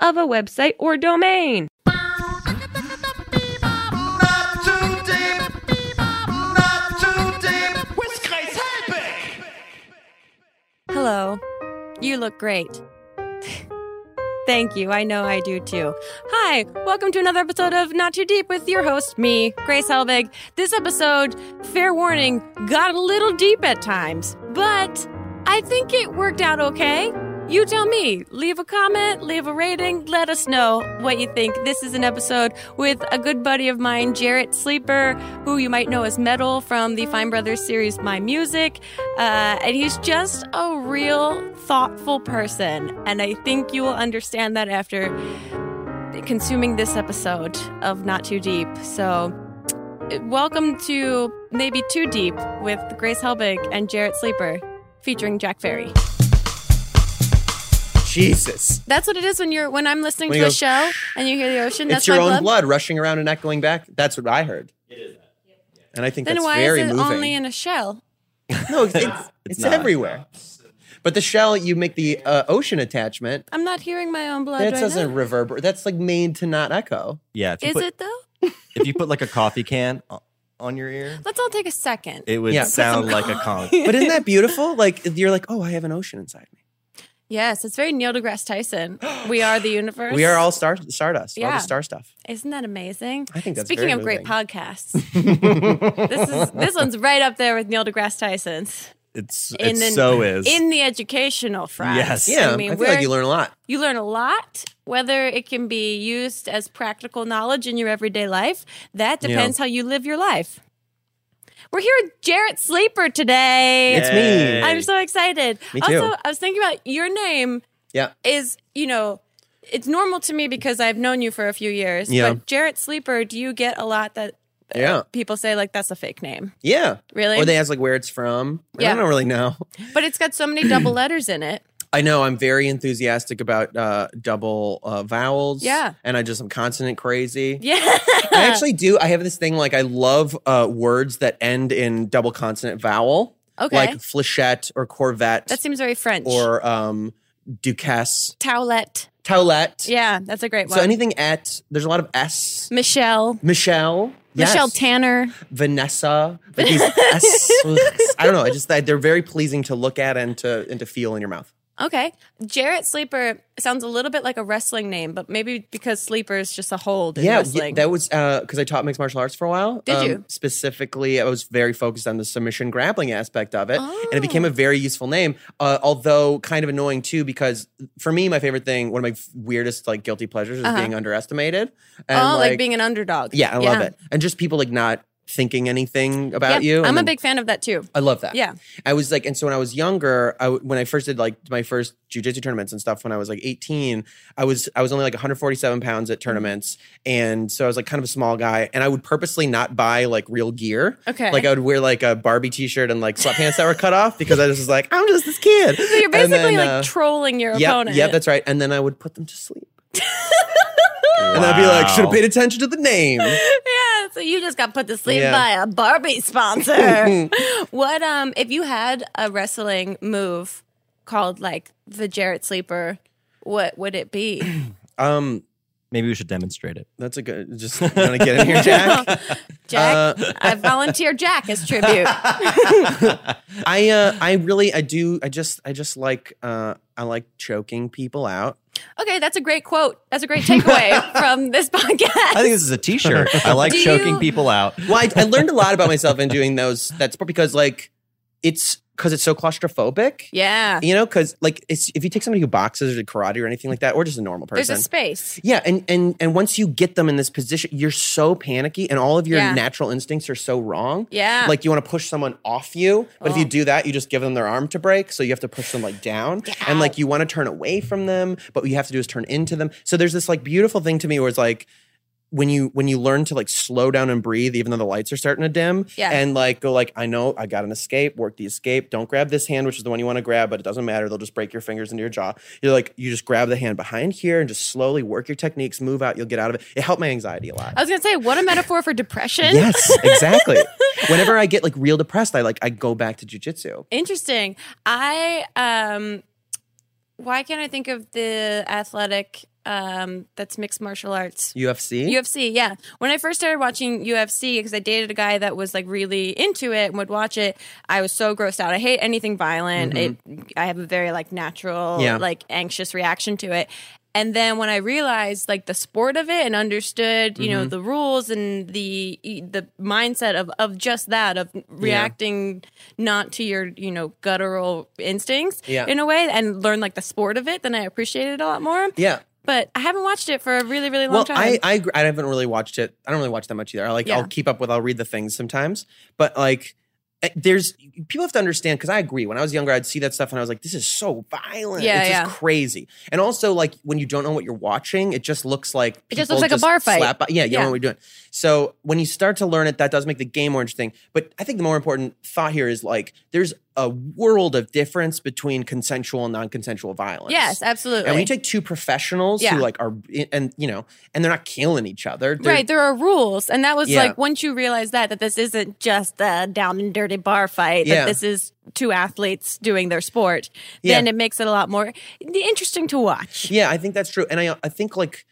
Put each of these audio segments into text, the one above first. of a website or domain. Not too deep. Not too deep. With Grace Helbig. Hello. You look great. Thank you. I know I do too. Hi. Welcome to another episode of Not Too Deep with your host, me, Grace Helbig. This episode, fair warning, got a little deep at times, but I think it worked out okay. You tell me. Leave a comment, leave a rating, let us know what you think. This is an episode with a good buddy of mine, Jarrett Sleeper, who you might know as Metal from the Fine Brothers series My Music. Uh, and he's just a real thoughtful person. And I think you will understand that after consuming this episode of Not Too Deep. So, uh, welcome to Maybe Too Deep with Grace Helbig and Jarrett Sleeper featuring Jack Ferry. Jesus. That's what it is when you're when I'm listening When to you a go, show and you hear the ocean. That's it's your my own blood. blood. rushing around and echoing back. That's what I heard. It is that. And I think Then that's why very is it moving. only in a shell? no, it's, it's, it's not. everywhere. But the shell, you make the uh, ocean attachment. I'm not hearing my own blood That right doesn't now. reverberate. That's like made to not echo. Yeah, if you, Is put, it though? if you put like a coffee can o- on your ear, Let's all take a second. it would Yeah. Put sound some like a con. But isn't that beautiful? Like you're like, oh, I have an ocean inside me. yes, it's very Neil deGrasse Tyson. We are the universe. We are all star stardust. We're All Yeah. the star stuff. Isn't that amazing? I think that's Speaking very of great moving. podcasts, this is this one's right up there with Neil deGrasse Tyson's. It's In it the- so is. In the educational front. Yes. Yeah, I, mean, feel like we're- you learn a lot. You learn a lot, whether it can be used as practical knowledge in your everyday life. That depends how you live your life. We're here with Jarrett Sleeper today. It's me. I'm so excited. Me too. Also, I was thinking about your name Yeah, is, you know, it's normal to me because I've known you for a few years. Yeah. But Jarrett Sleeper, do you get a lot that uh, Yeah. people say like that's a fake name? yeah. Really? Or they ask like where it's from. Yeah. I don't really know. But it's got so many double letters in it. I know I'm very enthusiastic about uh, double uh, vowels. Yeah. and I just am consonant crazy. Yeah. I actually do. I have this thing like I love uh, words that end in double consonant vowel. Okay. like fléchette or corvette that seems very French. or um, duchesse, Towlette. towlette. Yeah, that's a great one. So anything at there's a lot of s. Michelle. Michelle, Michelle yes. Tanner. Vanessa. Like these S- I don't know. I just I, they're very pleasing to look at and to and to feel in your mouth. Okay. Jarrett Sleeper sounds a little bit like a wrestling name, but maybe because Sleeper is just a hold in yeah, wrestling. that was because I taught mixed martial arts for a while. Um, Did you? Specifically, I was very focused on the submission grappling aspect of it, and it Oh. became a very useful name. Uh, although kind of annoying too, because for me, my favorite thing, one of my f- weirdest like guilty pleasures, is being underestimated. And, Uh-huh. oh, like, being an underdog. yeah, I love it, and just people like not thinking anything about Yeah, you. I'm and a then- big fan of that too. I love that. Yeah. I was like, and so when I was younger, I, w- when I first did like my first jujitsu tournaments and stuff, when I was like 18, I was I was only like 147 pounds at tournaments, and so I was like kind of a small guy, and I would purposely not buy like real gear. Okay. Like I would wear like a Barbie T-shirt and like sweatpants that were cut off because I just was like, I'm just this kid. So you're basically like trolling your yeah, opponent. yeah, uh, that's right. And then I would put them to sleep. And I'd be like, should have paid attention to the name. Yeah, so you just got put to sleep Yeah. by a Barbie sponsor. what um if you had a wrestling move called like the Jarrett Sleeper, what would it be? Um, Maybe we should demonstrate it. that's a good. Just want to get in here, Jack. Jack, Uh, I volunteer Jack as tribute. I uh, I really I do I just I just like uh, I like choking people out. Okay, that's a great quote. That's a great takeaway from this podcast. I think this is a T-shirt. I like Do choking you- people out. Well, I, I learned a lot about myself in doing those that sport because like it's because it's so claustrophobic. Yeah. You know, because like it's, if you take somebody who boxes or karate or anything like that, or just a normal There's person, a space. yeah, and and and once you get them in this position, you're so panicky, and all of your Yeah. natural instincts are so wrong. Yeah. Oh. like you want to push someone off you, but if you do that, you just give them their arm to break, so you have to push them like down, and like you want to turn away from them, but what you have to do is turn into them. So there's this like beautiful thing to me where it's like when you when you learn to like slow down and breathe even though the lights are starting to dim Yeah. and like go like i know i got an escape work the escape don't grab this hand which is the one you want to grab but it doesn't matter they'll just break your fingers into your jaw you're like you just grab the hand behind here and just slowly work your techniques move out you'll get out of it it helped my anxiety a lot I was gonna say, what a metaphor for depression. yes exactly whenever i get like real depressed i like i go back to jujitsu Interesting. I um why can't I think of the athletic um that's mixed martial arts? ufc UFC, yeah. When I first started watching UFC, because I dated a guy that was like really into it and would watch it, I was so grossed out. I hate anything violent. It, I have a very like natural, Mm-hmm. Yeah. like anxious reaction to it. And then when I realized like the sport of it and understood, you Mm-hmm. know, the rules and the e, the mindset of of just that of reacting not to your you know guttural instincts Yeah. in a way, and learn like the sport of it, then I appreciated it a lot more. yeah But I haven't watched it for a really really long well, time. I, I gr- I haven't really watched it. I don't really watch that much either. I like Yeah. I'll keep up with I'll read the things sometimes, but like eh, there's people have to understand because I agree. When I was younger, I'd see that stuff and I was like, "This is so violent. Yeah, it's yeah. just crazy." And also, like when you don't know what you're watching, it just looks like It just people looks like a bar fight. slap- yeah, you Yeah. know what we're doing. So when you start to learn it, that does make the game more interesting. But I think the more important thought here is like there's a world of difference between consensual and non-consensual violence. Yes, absolutely. And when you take two professionals Yeah. who like are eh, and you know, and they're not killing each other, they're- right, there are rules, and that was Yeah. like once you realize that that this isn't just a down and dirty bar fight. Yeah. That this is two athletes doing their sport. Then Yeah. it makes it a lot more interesting to watch. Yeah, I think that's true, and I I think like,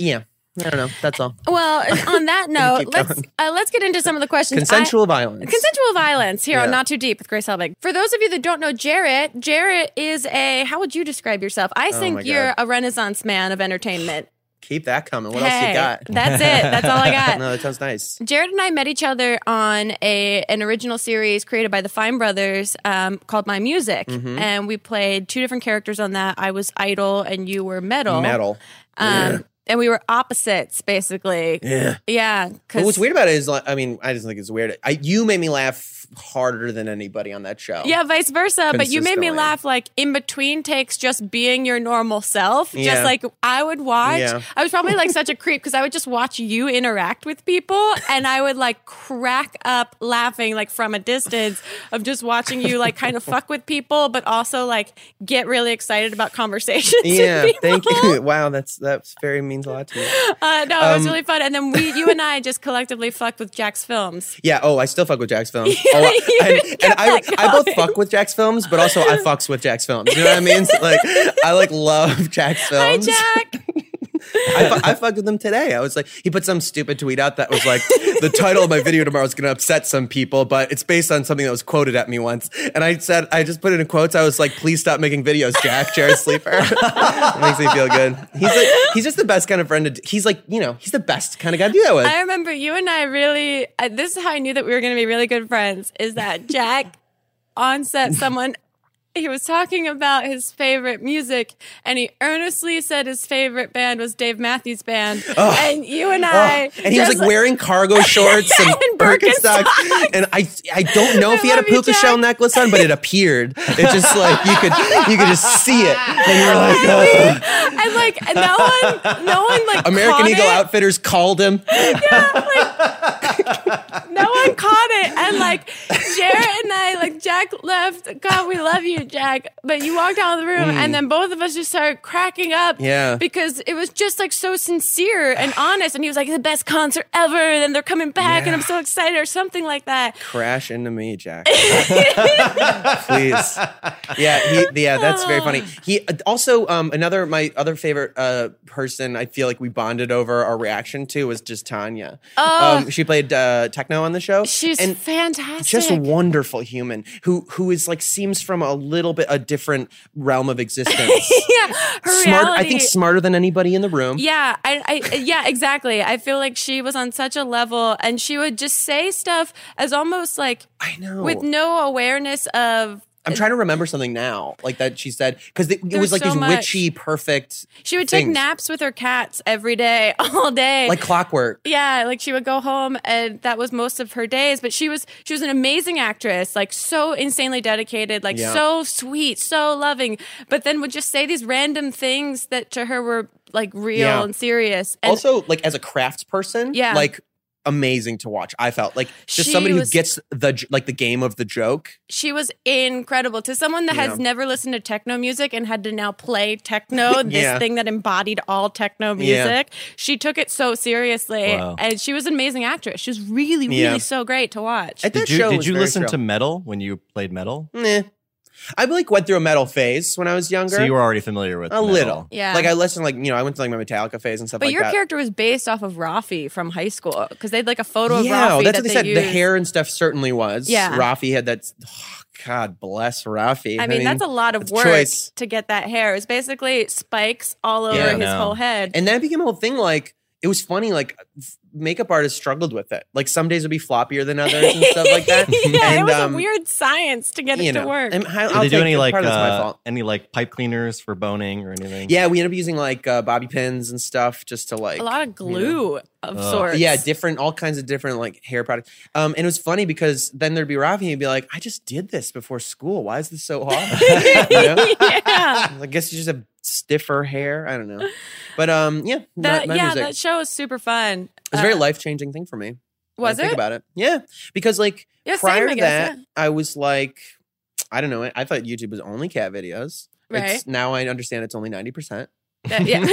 yeah, I don't know. That's all. Well, on that note, Keep let's going. uh, let's get into some of the questions. I- Consensual violence. Consensual violence here on Yeah. Not Too Deep with Grace Helbig. For those of you that don't know Jarrett, Jarrett is a how would you describe yourself? I Oh my think God. you're a renaissance man of entertainment. Keep that coming. What else Hey, you got? That's it. That's all I got. No, that sounds nice. Jared and I met each other on a an original series created by the Fine Brothers um, called My Music, Mm-hmm. and we played two different characters on that. I was Idol, and you were Metal. Metal. um, and we were opposites basically. Yeah. yeah. But Because what's weird about it is, like, I mean, I just think it's weird. I, you made me laugh harder than anybody on that show. Yeah, vice versa. But you made me Consistently. laugh like in between takes, just being your normal self. Just Yeah. like I would watch. Yeah. I was probably like such a creep because I would just watch you interact with people and I would like crack up laughing like from a distance of just watching you like kind of fuck with people, but also like get really excited about conversations. Yeah. with people. Thank you. Wow. That's that's very means a lot to me. Uh, no, it was Um, really fun. And then we, you and I just collectively fucked with Jack's films. Yeah. Oh, I still fuck with Jack's films. Yeah, oh, I- you and, and kept I, that I both going. fuck with Jack's films, but also I fucks with Jack's films. You know what I mean? So, like, I like love Jack's Hi, films. Jack. I, fu- I fucked with him today. I was like, he put some stupid tweet out that was like, the title of my video tomorrow is going to upset some people, but it's based on something that was quoted at me once. And I said, I just put it in quotes. I was like, please stop making videos, Jack, Jared Sleeper. it makes me feel good. He's like, he's just the best kind of friend. To, he's like, you know, he's the best kind of guy to do that with. I remember you and I really. Uh, this is how I knew that we were going to be really good friends. Is that Jack on set? Someone he was talking about his favorite music, and he earnestly said his favorite band was Dave Matthews Band. and you and Oh, I, and he was just like wearing cargo shorts and, and Birkenstocks. Birkenstocks. And I, I don't know I if he had a love you, puka shell Jack. necklace on, but it appeared. It's just like you could, you could just see it. And you were like, "Ugh." and like no one, no one like American caught Eagle it. Outfitters called him. No one caught it. And like Jarrett and I, like Jack left. God, we love you, Jack. But you walked out of the room and then both of us just started cracking up. Mm. Yeah. Because it was just like so sincere and honest. And he was like, the best concert ever. And then they're coming back and I'm so excited or something like that. Crash into me, Jack. Please. Yeah, he, yeah, that's very funny. He also um, another my other favorite uh, person. I feel like we bonded over our reaction to was just Tanya. um, she played uh, techno on the show. Oh. She's and fantastic. just wonderful human who who is like seems from a little bit a different realm of existence. yeah, her Smart, I reality- think smarter than anybody in the room. Yeah, I, I yeah, exactly. I feel like she was on such a level, and she would just say stuff as almost like I know. with no awareness of. I'm trying to remember something now, like that she said, because it, There was was like so these much. witchy, perfect. She would take things, naps with her cats every day, all day. like clockwork. Yeah, like she would go home and that was most of her days, but she was she was an amazing actress, like so insanely dedicated, like Yeah. so sweet, so loving, but then would just say these random things that to her were like real Yeah. and serious. And also, like as a craftsperson, Yeah. like amazing to watch. I felt like just She somebody was- who gets the j- like the game of the joke. she was incredible. To someone that has Yeah. never listened to techno music and had to now play techno, this Yeah. thing that embodied all techno Yeah. music, she took it so seriously. Wow. And she was an amazing actress. She was really, really Yeah. so great to watch. I- Did That you, show did was you very listen shrill. to metal when you played metal? Nah. I like went through a metal phase when I was younger. So you were already familiar with a metal. little, Yeah. Like I listened, like you know, I went to like my Metallica phase and stuff but like your that. character was based off of Rafi from high school because they had like a photo yeah, of Rafi. that's that what they, said. The used. hair and stuff certainly was. Yeah. Rafi had that. oh, God bless Rafi. I mean, that's a lot of that's work choice. to get that hair. It's basically spikes all over Yeah, his no. whole head. And that became a whole thing. Like it was funny. Like f- makeup artists struggled with it. Like some days would be floppier than others and stuff like that. yeah, it And, was um, a weird science to get you it to know, work. and I, Did I'll they do take any it. like part of that's my uh, fault. any like pipe cleaners for boning or anything? Yeah, we ended up using like uh, bobby pins and stuff just to like a lot of glue of Ugh. sorts. Yeah, different, all kinds of different like hair products. Um, and it was funny because then there'd be Rafi and he'd be like, I just did this before school. Why is this so hard? You know? yeah. I guess you just have stiffer hair. I don't know. But um, yeah, That, my, my yeah, music. that show was super fun. it was a very uh, life changing thing for me. when I Was Think it? about it. Yeah. Because like Yeah, same, prior I to guess, that, I was like, I don't know. I- I thought YouTube was only cat videos. Right. It's, now I understand it's only 90%. That- yeah.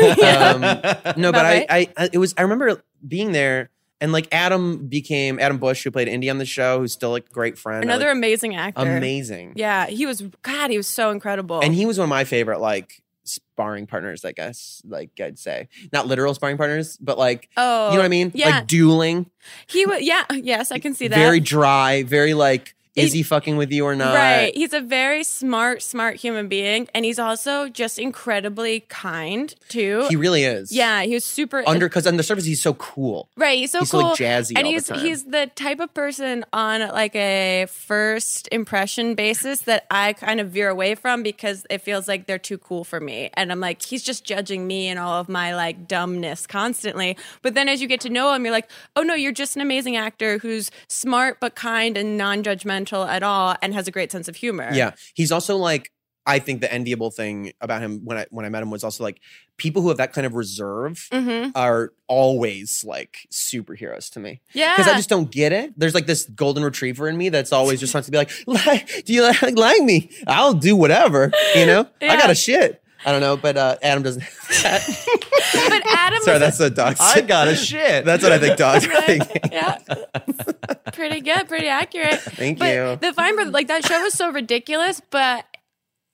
Um, no, About but I, right? I, I, it was. I remember being there, and like Adam became Adam Bush, who played Indy on the show, who's still like a great friend. I, Another like, amazing actor. amazing. Yeah, he was. God, he was so incredible. and he was one of my favorite like sparring partners. I guess, like I'd say, not literal sparring partners, but like oh, you know what I mean, Yeah, like dueling. he was. Yeah, yes, I can see that. Very dry. Very like, is It- he fucking with you or not? Right. He's a very smart, smart human being, and he's also just incredibly kind too. He really is. yeah, he was super Under because on the surface he's so cool. Right, he's so he's so, cool, like, jazzy all and the he's time. he's the type of person on like a first impression basis that I kind of veer away from because it feels like they're too cool for me, and I'm like he's just judging me and all of my like dumbness constantly. But then as you get to know him, you're like, oh no, you're just an amazing actor who's smart but kind and non-judgmental at all, and has a great sense of humor. Yeah, he's also like I think the enviable thing about him when I when I met him was also like people who have that kind of reserve Mm-hmm. are always like superheroes to me Yeah. because I just don't get it. There's like this golden retriever in me that's always just wants to be like, "Li- do you li- like me? I'll do whatever. You know, I got Yeah. a shit. I don't know, but uh, Adam doesn't. have that. but Adam Sorry, was that's a dog. I got a shit. that's what I think dogs. are Right? thinking. yeah. pretty good, pretty accurate. Thank but you. The Feinberg, like that show was so ridiculous, but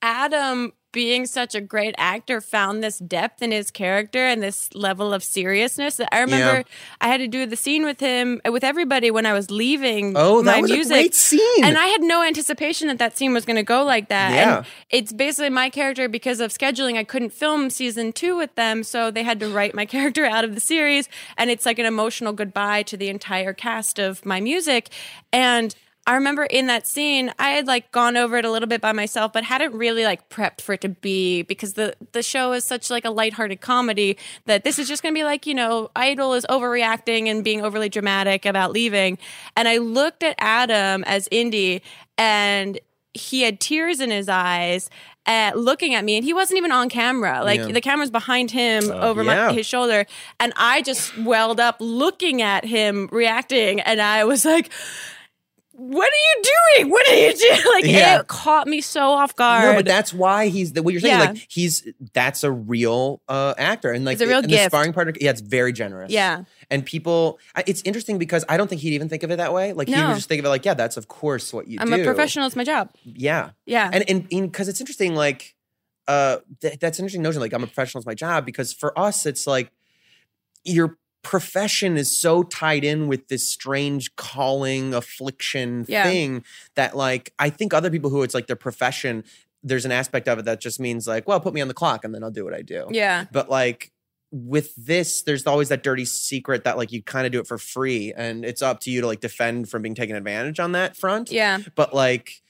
Adam being such a great actor found this depth in his character and this level of seriousness that I remember Yeah. I had to do the scene with him with everybody when I was leaving Oh, that my was a music. great scene. And I had no anticipation that that scene was going to go like that. Yeah. And it's basically my character because of scheduling. I couldn't film season two with them, so they had to write my character out of the series. And it's like an emotional goodbye to the entire cast of my music. And I remember in that scene, I had like gone over it a little bit by myself, but hadn't really like prepped for it to be because the the show is such like a lighthearted comedy that this is just going to be like you know Idol is overreacting and being overly dramatic about leaving. And I looked at Adam as Indy, and he had tears in his eyes at looking at me and he wasn't even on camera like the camera's behind him over Uh, yeah. my, his shoulder and i just welled up looking at him reacting and i was like what are you doing what are you doing like Yeah. it caught me so off guard No, but that's why he's the what you're saying. Yeah. Like he's that's a real uh, actor, and like It's a real and gift. the sparring partner. Yeah, it's very generous. Yeah. and people, I- it's interesting because I don't think he'd even think of it that way. Like he No. would just think of it like, yeah, that's of course what you i'm do. a professional it's my job Yeah, yeah and and because it's interesting, like uh, th- that's an interesting notion. Like I'm a professional, it's my job. Because for us, it's like you're profession is so tied in with this strange calling affliction Yeah. thing that like I think other people who it's like their profession there's an aspect of it that just means like well put me on the clock and then I'll do what I do. Yeah. But like with this, there's always that dirty secret that like you kind of do it for free and it's up to you to like defend from being taken advantage on that front. Yeah. But like,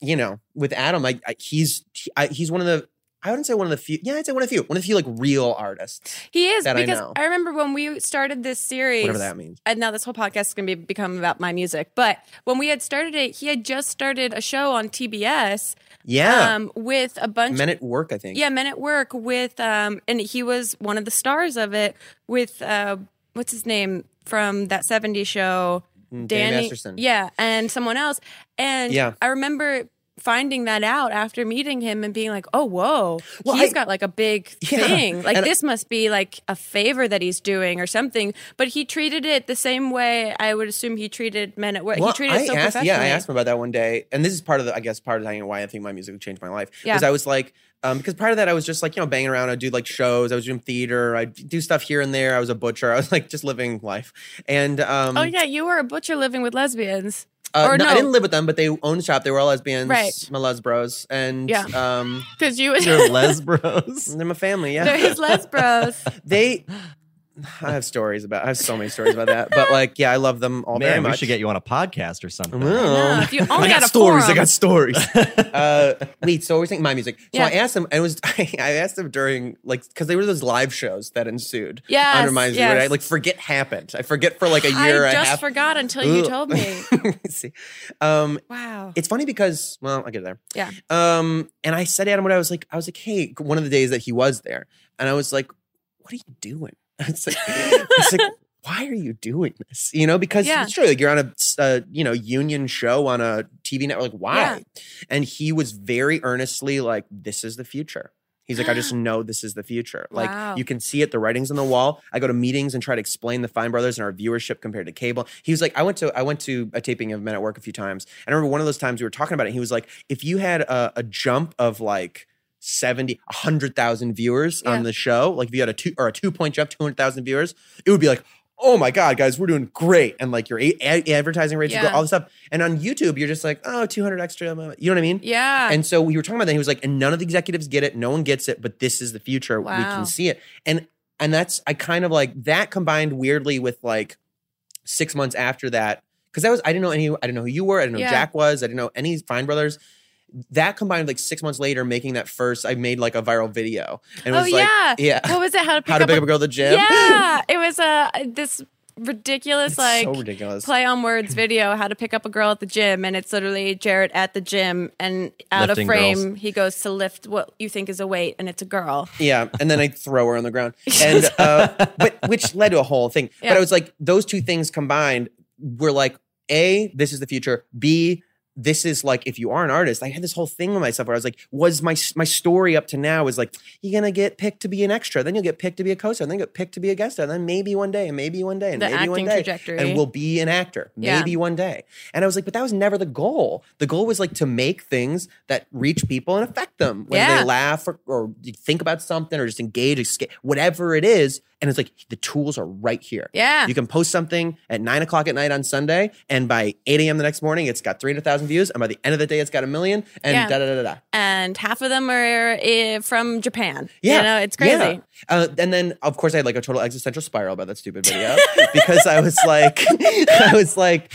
you know, with Adam, I, I he's he- I, he's one of the I wouldn't say one of the few. Yeah, I'd say one of the few. One of the few like real artists, He is That I because I, know. remember when we started this series. whatever that means. and now this whole podcast is going to be, become about my music. But when we had started it, he had just started a show on TBS Yeah, um, with a bunch. men at work. I think. yeah, Men at Work with, um, and he was one of the stars of it with uh, what's his name from that '70s show, Mm, Danny Danny, Masterson. yeah, and someone else. And Yeah. I remember finding that out after meeting him and being like, "Oh, whoa, Well, he's I- got like a big Yeah. thing. Like And- this must be like a favor that he's doing or something." But he treated it the same way I would assume he treated men at work. Well, he treated it so asked, professionally. yeah, I asked him about that one day, and this is part of the, I guess, part of the- why I think my music changed my life. Yeah. Because I was like, um, because prior to that, I was just like, you know, banging around. I'd do like shows. I was doing theater. I'd do stuff here and there. I was a butcher. I was like just living life. And um, Oh yeah, you were a butcher living with lesbians. uh, or no, no. I didn't live with them, but they owned a shop. They were all lesbians, Right. my les bros, and Yeah. um, Because you You're lesbros. they're my family. Yeah, Um, they're his lesbros. they. I have stories about. I have so many stories about that. But like, yeah, I love them all very Man, much. Mm. we should get you on a podcast or something. No, if you only had a forum. stories. uh, wait, so we're saying my music. So Yeah. I asked him, and it was I asked him during like because they were those live shows that ensued. Yes, under my music. yes. I like forget happened. I forget for like a I year. and a just half. forgot until you Ugh. told me. See, um, Wow. it's funny because well, I'll get there. Oh. Yeah. Um, and I said to Adam what I was like. I was like, hey, one of the days that he was there, and I was like, what are you doing? It's like, it's like, why are you doing this? You know, because Yeah. it's true. Like you're on a, uh, you know union show on a TV network. Like why? And he was very earnestly like, this is the future. He's like, I just know this is the future. Like Wow. you can see it, the writing's on the wall. I go to meetings and try to explain the Fine Brothers and our viewership compared to cable. He was like, I went to I went to a taping of Men at Work a few times. And I remember one of those times we were talking about it. He was like, if you had a, a jump of like 70, 100,000 viewers Yeah. on the show, like if you had a two or a two point jump, 200,000 viewers, it would be like, oh my God, guys, we're doing great. And like your a- a- advertising rates, would go, Yeah. all this stuff. And on YouTube, you're just like, oh, 200 extra. blah, blah, blah." You know what I mean? Yeah. And so we were talking about that. He was like, and none of the executives get it. No one gets it, but this is the future. We Wow. can see it. And and that's I kind of like that combined weirdly with like six months after that. Cause that was I didn't know any I didn't know who you were. I didn't know who Yeah. Jack was. I didn't know any Fine Brothers. That combined with like six months later, making that first, I made like a viral video. And it Oh, was like yeah. yeah. what was it? How to pick How to up, pick a- up a girl at the gym. Yeah, it was uh, this ridiculous It's like so ridiculous. play on words video. How to pick up a girl at the gym, and it's literally Jared at the gym, and out Lifting of frame he goes to lift what you think is a weight, and it's a girl. Yeah, and then I throw her on the ground, and uh, but which led to a whole thing. But Yeah. I was like, those two things combined were like, a, this is the future. B, this is like, if you are an artist, I had this whole thing with myself where I was like, was my my story up to now is like, you're gonna get picked to be an extra, then you'll get picked to be a co-star, then you'll get picked to be a guest star, and then maybe one day, and maybe one day, and The maybe one acting day, trajectory. and we'll be an actor, Yeah. maybe one day. And I was like, but that was never the goal. The goal was like to make things that reach people and affect them, whether Yeah. they laugh or, or you think about something or just engage, escape, whatever it is. And it's like the tools are right here. Yeah. You can post something at nine o'clock at night on Sunday, and by 8 a.m. the next morning, it's got 300,000 views. And by the end of the day, it's got a million. Yeah. And da da da da da. And half of them are uh, from Japan. Yeah, you know, it's crazy. yeah. Uh, and then, of course, I had like a total existential spiral about that stupid video because I was like, I was like,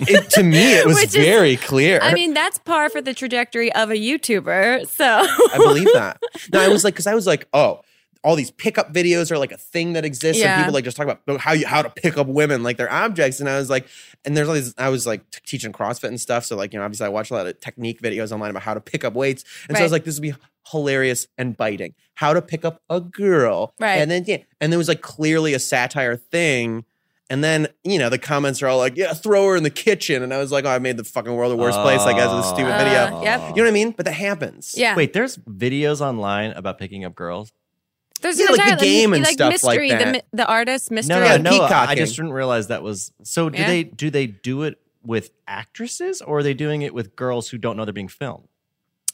it, to me, it was Which is- very clear. I mean, that's par for the trajectory of a YouTuber. So I believe that. No, I was like, because I was like, oh, all these pickup videos are like a thing that exists, Yeah. and people like just talk about how you how to pick up women like they're objects. And I was like, and there's all these. I was like t- teaching CrossFit and stuff, so like you know, obviously I watch a lot of technique videos online about how to pick up weights, and so I was Right. like, this would be hilarious and biting. How to pick up a girl, Right. And then yeah, and there was like clearly a satire thing. And then, you know, the comments are all like, yeah, throw her in the kitchen. And I was like, oh, I made the fucking world a worse place, I guess, with this stupid Oh. video. Uh, yep. You know what I mean? But that happens. yeah, Wait, there's videos online about picking up girls. there's yeah, an like the entire- game and like stuff like mystery, that. The, mi- the artist mystery. No, no, Yeah, no. I peacocking. just didn't realize that was. So do Yeah. they do they do it with actresses or are they doing it with girls who don't know they're being filmed?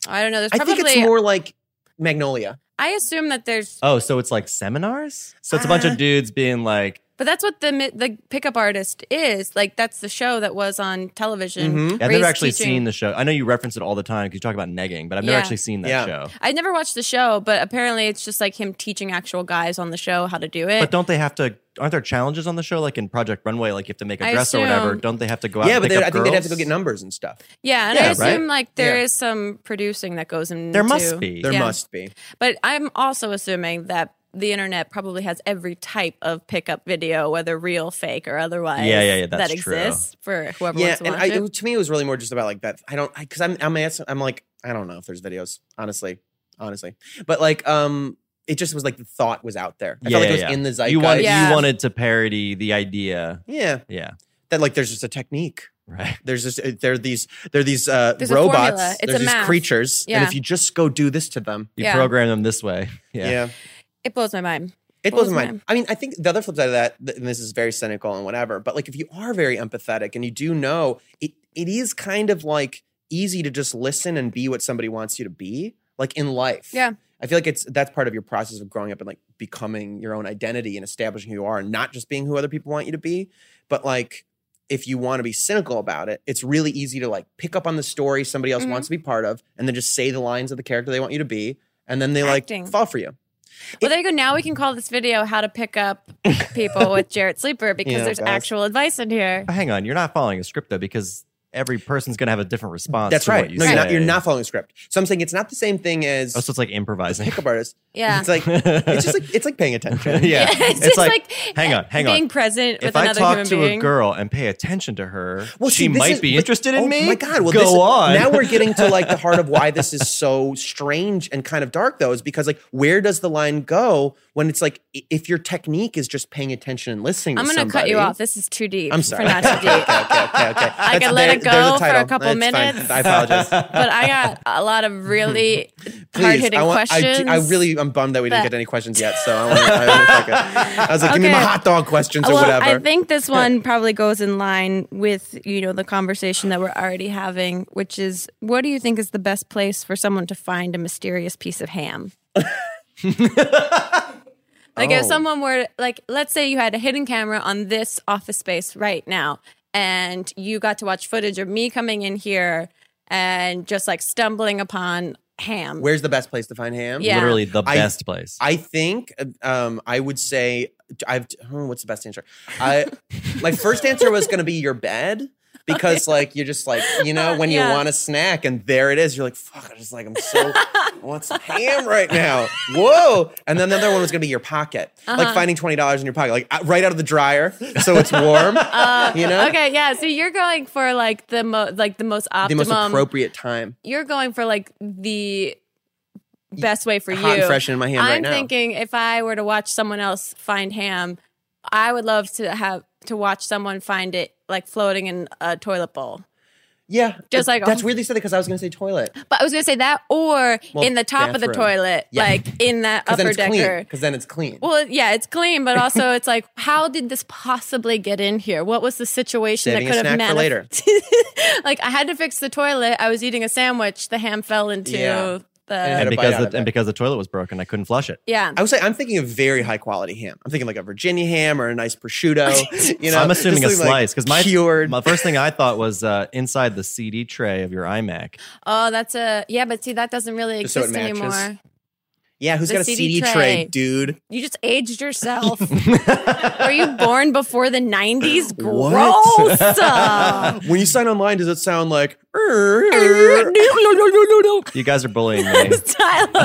I don't know. There's I probably think it's more like Magnolia. I assume that there's Oh, so it's like seminars? So it's a bunch Uh, of dudes being like, But that's what the mi- the pickup artist is. Like that's the show that was on television. Mhm. I've never actually seen the show. I know you reference it all the time because you talk about negging, but I've never Yeah. actually seen that Yeah. show. I never watched the show, but apparently it's just like him teaching actual guys on the show how to do it. But don't they have to? Aren't there challenges on the show, like in Project Runway, like you have to make a I dress or whatever? assume- Don't they have to go out? Yeah, and but pick they, up I think they'd have girls? to go get numbers and stuff. yeah, and I Yeah, assume right? like there is Yeah. some producing that goes into There must be. There Yeah. must be. But I'm also assuming that the internet probably has every type of pickup video, whether real, fake, or otherwise. Yeah, yeah, yeah, that's that true. exists for whoever yeah, wants to and watch I, it. to me, it was really more just about like that. I don't because I'm I'm ass- I'm like I don't know if there's videos, honestly, honestly. But like, um, it just was like the thought was out there. I Yeah, felt like it was yeah, in the zeitgeist. You wanted, Yeah. you wanted to parody the idea. yeah, Yeah, that like there's just a technique. right. There's just uh, there are these there are these uh, There's a robots. formula. It's there's a these math. creatures, and Yeah. if you just go do this to them, You Yeah. program them this way. yeah. Yeah. it blows my mind. It What blows was my mind. mine? I mean, I think the other flip side of that, th- and this is very cynical and whatever, but like if you are very empathetic and you do know, it it is kind of like easy to just listen and be what somebody wants you to be, like in life. Yeah. I feel like it's that's part of your process of growing up and like becoming your own identity and establishing who you are and not just being who other people want you to be. But like if you want to be cynical about it, it's really easy to like pick up on the story somebody else Mhm. wants to be part of and then just say the lines of the character they want you to be. And then they like Acting. fall for you. Well, there you go. Now we can call this video "How to Pick Up People with Jarrett Sleeper" because Yeah, there's guys. actual advice in here. But hang on, you're not following a script though, because every person's going to have a different response. That's to right. What you no, you're not, say. you're not following a script. So I'm saying it's not the same thing as Oh, so it's like improvising. pickup artist. Yeah, It's like it's just like it's like paying attention. yeah. it's, just like, hang on, hang being on. present If with I another talk human to being. a girl and pay attention to her, Well, she see, this might is- be but- interested in oh me. my god! Well, go this is- on. Now we're getting to like the heart of why this is so strange and kind of dark, though, is because like where does the line go when it's like i- if your technique is just paying attention and listening? I'm to going to cut you somebody- off. This is too deep. I'm sorry. For not too okay, okay, deep. okay, okay, okay. I can That's- let it there- there's go a for a title. couple It's fine. minutes. I apologize. but I got a lot of really hard Please, hitting I, want, I, questions. do- I really I'm bummed that we didn't But- get any questions yet. So I, want, I, wanna- I was like, give me my Okay. hot dog questions or well, whatever. I think this one probably goes in line with you know the conversation that we're already having, which is what do you think is the best place for someone to find a mysterious piece of ham? like if Oh. someone were like, let's say you had a hidden camera on this office space right now, and you got to watch footage of me coming in here and just like stumbling upon ham. Where's the best place to find ham? Yeah. Literally the I- best place. I think um, I would say I've. Oh, what's the best answer? I my first answer was going to be your bed because like you're just like you know when Yeah. you want a snack and there it is you're like fuck I just like I'm so I want some ham right now whoa and then the other one was going to be your pocket Uh-huh. like finding twenty dollars in your pocket like uh, right out of the dryer so it's warm Uh, you know Okay, yeah. So you're going for like the mo- like the most the optimum. most appropriate time you're going for like the best way for hot you. and fresh in my hand right I'm now thinking if I were to watch someone else find ham, I would love to have to watch someone find it like floating in a toilet bowl. yeah just like- that's weirdly said because I was going to say toilet But I was gonna say that, or Well, in the top of the bathroom. toilet, Yeah. like in that because then upper it's clean decker. because then it's clean Well, yeah, it's clean, but also it's like, how did this possibly get in here? What was the situation Saving a that could have snack for later. manif- like, I had to fix the toilet. I was eating a sandwich. The ham fell into Yeah. the. had and a bite because out of the, and it. because the toilet was broken, I couldn't flush it. Yeah. I would say I'm thinking of very high quality ham. I'm thinking like a Virginia ham or a nice prosciutto. You know, I'm assuming a just something, like, slice because my cured. my first thing I thought was uh, inside the CD tray of your iMac. Oh, that's a. Yeah, but see, that doesn't really Just so it exist matches. anymore. yeah, who's the got a CD CD, tray. tray. dude? You just aged yourself. Were you born before the 90s? What? Gross. When you sign online, does it sound like? You guys are bullying me. Tyler,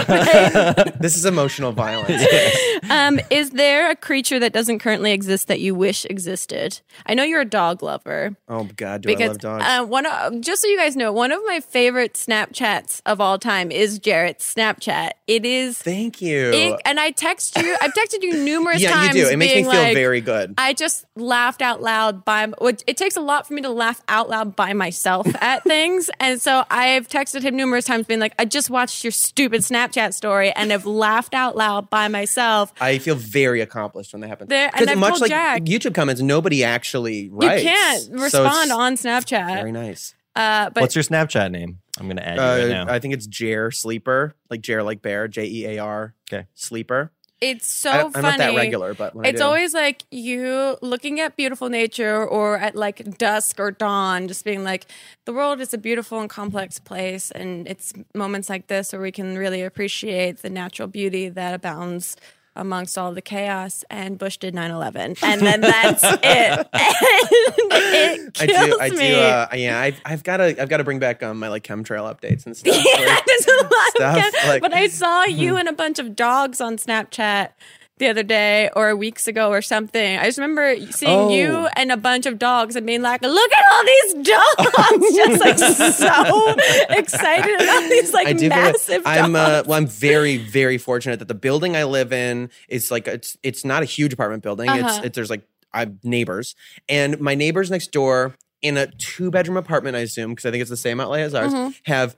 right? this is emotional violence. Um, is there a creature that doesn't currently exist that you wish existed? I know you're a dog lover Oh God, do I because love dogs? uh, one of, just so you guys know, one of my favorite Snapchats of all time is Jarrett's Snapchat. It is, Thank you. it, and I text you. I've texted you numerous yeah, you times. do. It makes me being feel like, very good. I just laughed out loud by. which- It takes a lot for me to laugh out loud by myself at things, and so I've texted him numerous times, being like, "I just watched your stupid Snapchat story," and have laughed out loud by myself. I feel very accomplished when that happens. There- and I've much told like Jack- YouTube comments, nobody actually You writes. can't So it's respond on Very Snapchat. nice. Uh, but What's your Snapchat name? I'm gonna add you Uh, right now. I think it's Jer Sleeper, like Jer like bear, J E A R. Okay. Sleeper. it's so I, I'm funny. not that regular, but when I It's do- always like you looking at beautiful nature or at like dusk or dawn, just being like, the world is a beautiful and complex place. And it's moments like this where we can really appreciate the natural beauty that abounds amongst all the chaos. And Bush did 9 11. And then that's it. And it I kills do. I do. me. Uh, yeah, I've, I've got to. I've got to bring back um, my like chemtrail updates and stuff. yeah, Like, there's a lot stuff, of cat- like- But I saw you and a bunch of dogs on Snapchat the other day or weeks ago or something. I just remember seeing you Oh. and a bunch of dogs and being like, look at all these dogs. just like so excited about these like I do. feel like- massive I'm. dogs. Uh, well, I'm very, very fortunate that the building I live in is like it's. It's not a huge apartment building. Uh-huh. It's. It's there's like I have neighbors, and my neighbors next door in a two bedroom apartment. I assume because I think it's the same outlay as ours. Mm-hmm. Have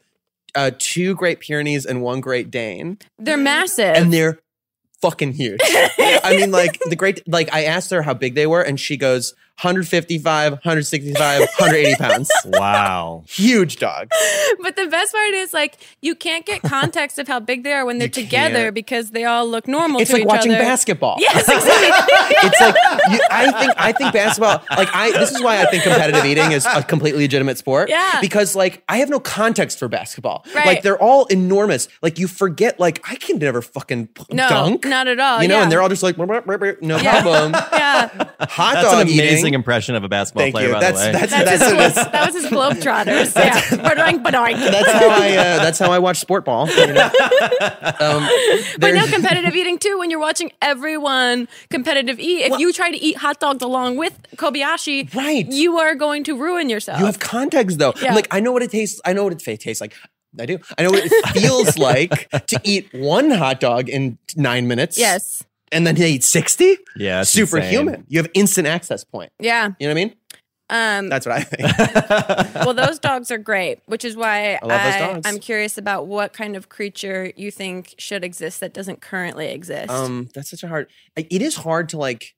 uh, two Great Pyrenees and one Great Dane. They're massive. and they're fucking huge. I mean, like the great, like I asked her how big they were, and she goes 155, 165, 180 pounds. Wow. Huge dog. but the best part is like you can't get context of how big they are when they're You together can't. because they all look normal It's to like each watching other. basketball. Yes, exactly. It's like you, I think I think basketball. Like I, this is why I think competitive eating is a completely legitimate sport. Yeah. Because like I have no context for basketball. Right. Like they're all enormous. Like you forget. Like I can never fucking p- No, dunk. not at all. You know, yeah. and they're all just like "Brr, brr, brr, brr," no Yeah. problem. yeah. Hot That's dog an amazing eating. impression of a basketball Thank player, you. by That's, the way. that's That's, that's his, Glo- that was his Globetrotters. yeah. Badoink, badoink. That's how I. Uh, that's how I watch sport ball. you know? um, But now there's- competitive eating too, when you're watching everyone competitive eat, if you try to eat hot dogs along with Kobayashi, Right. you are going to ruin yourself. you have context though. Yeah. I'm like I know what it tastes. I know what it fa- tastes like. I do. I know what it feels like to eat one hot dog in nine minutes. yes. and then to eat sixty. Yeah, that's superhuman. insane. You have instant access point. Yeah. You know what I mean? Um, That's what I think. well, those dogs are great, which is why I love those dogs. am curious about what kind of creature you think should exist that doesn't currently exist. Um, that's such a hard. I- It is hard to like.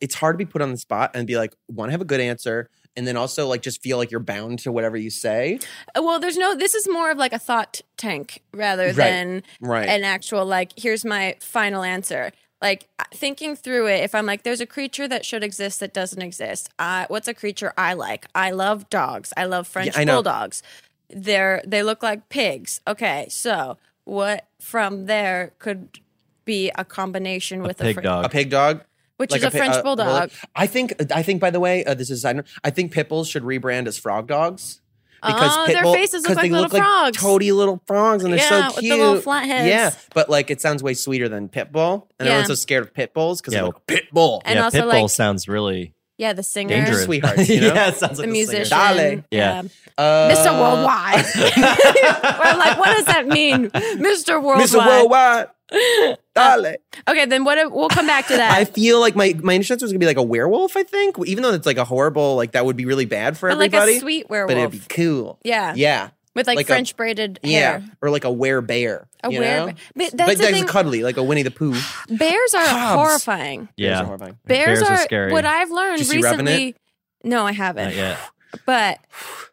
It's hard to be put on the spot and be like, want to have a good answer, and then also like just feel like you're bound to whatever you say. Uh, well, there's no, this is more of like a thought tank rather Right. than Right. an actual like here's my final answer like thinking through it if i'm like there's a creature that should exist that doesn't exist uh, what's a creature i like i love dogs i love french I know. bulldogs they're they look like pigs okay so what from there could be a combination with a, Pig Fren- dog. a pig dog. which Like is a, pi- french uh, bulldog I think. I think. By the way, uh, this is. I, know- I think pit bulls should rebrand as frog dogs. Because Oh, pit their bull- faces look 'cause like they little frogs. toady little frogs, and they're Yeah, so with cute. the little flat heads. Yeah, but like it sounds way sweeter than pit bull, and Yeah. everyone's so scared of pit bulls because Yeah, like, pit bull, and yeah, also Pitbull like sounds really yeah the singer dangerous. sweethearts, you know? yeah, it sounds the like musician Dale. Yeah. Uh, Mr. Worldwide. We're like, what does that mean? Mr. Worldwide. Mr. Worldwide. Dale. Okay, then what? We'll come back to I that. feel like my my initial answer was gonna be like a werewolf. I think, even though it's like a horrible, like that would be really bad for But like everybody. a sweet but werewolf. it'd be cool. yeah. Yeah, With like, like a- French braided yeah, hair. or like a werebear. A you were- know? But that's but the that's thing. cuddly, like a Winnie the Pooh. Bears are Cubs. horrifying. Those are Yeah. horrifying. Bears, Bears are, are scary. what I've learned Did you see recently. Revenant? No, I haven't. Not yet. But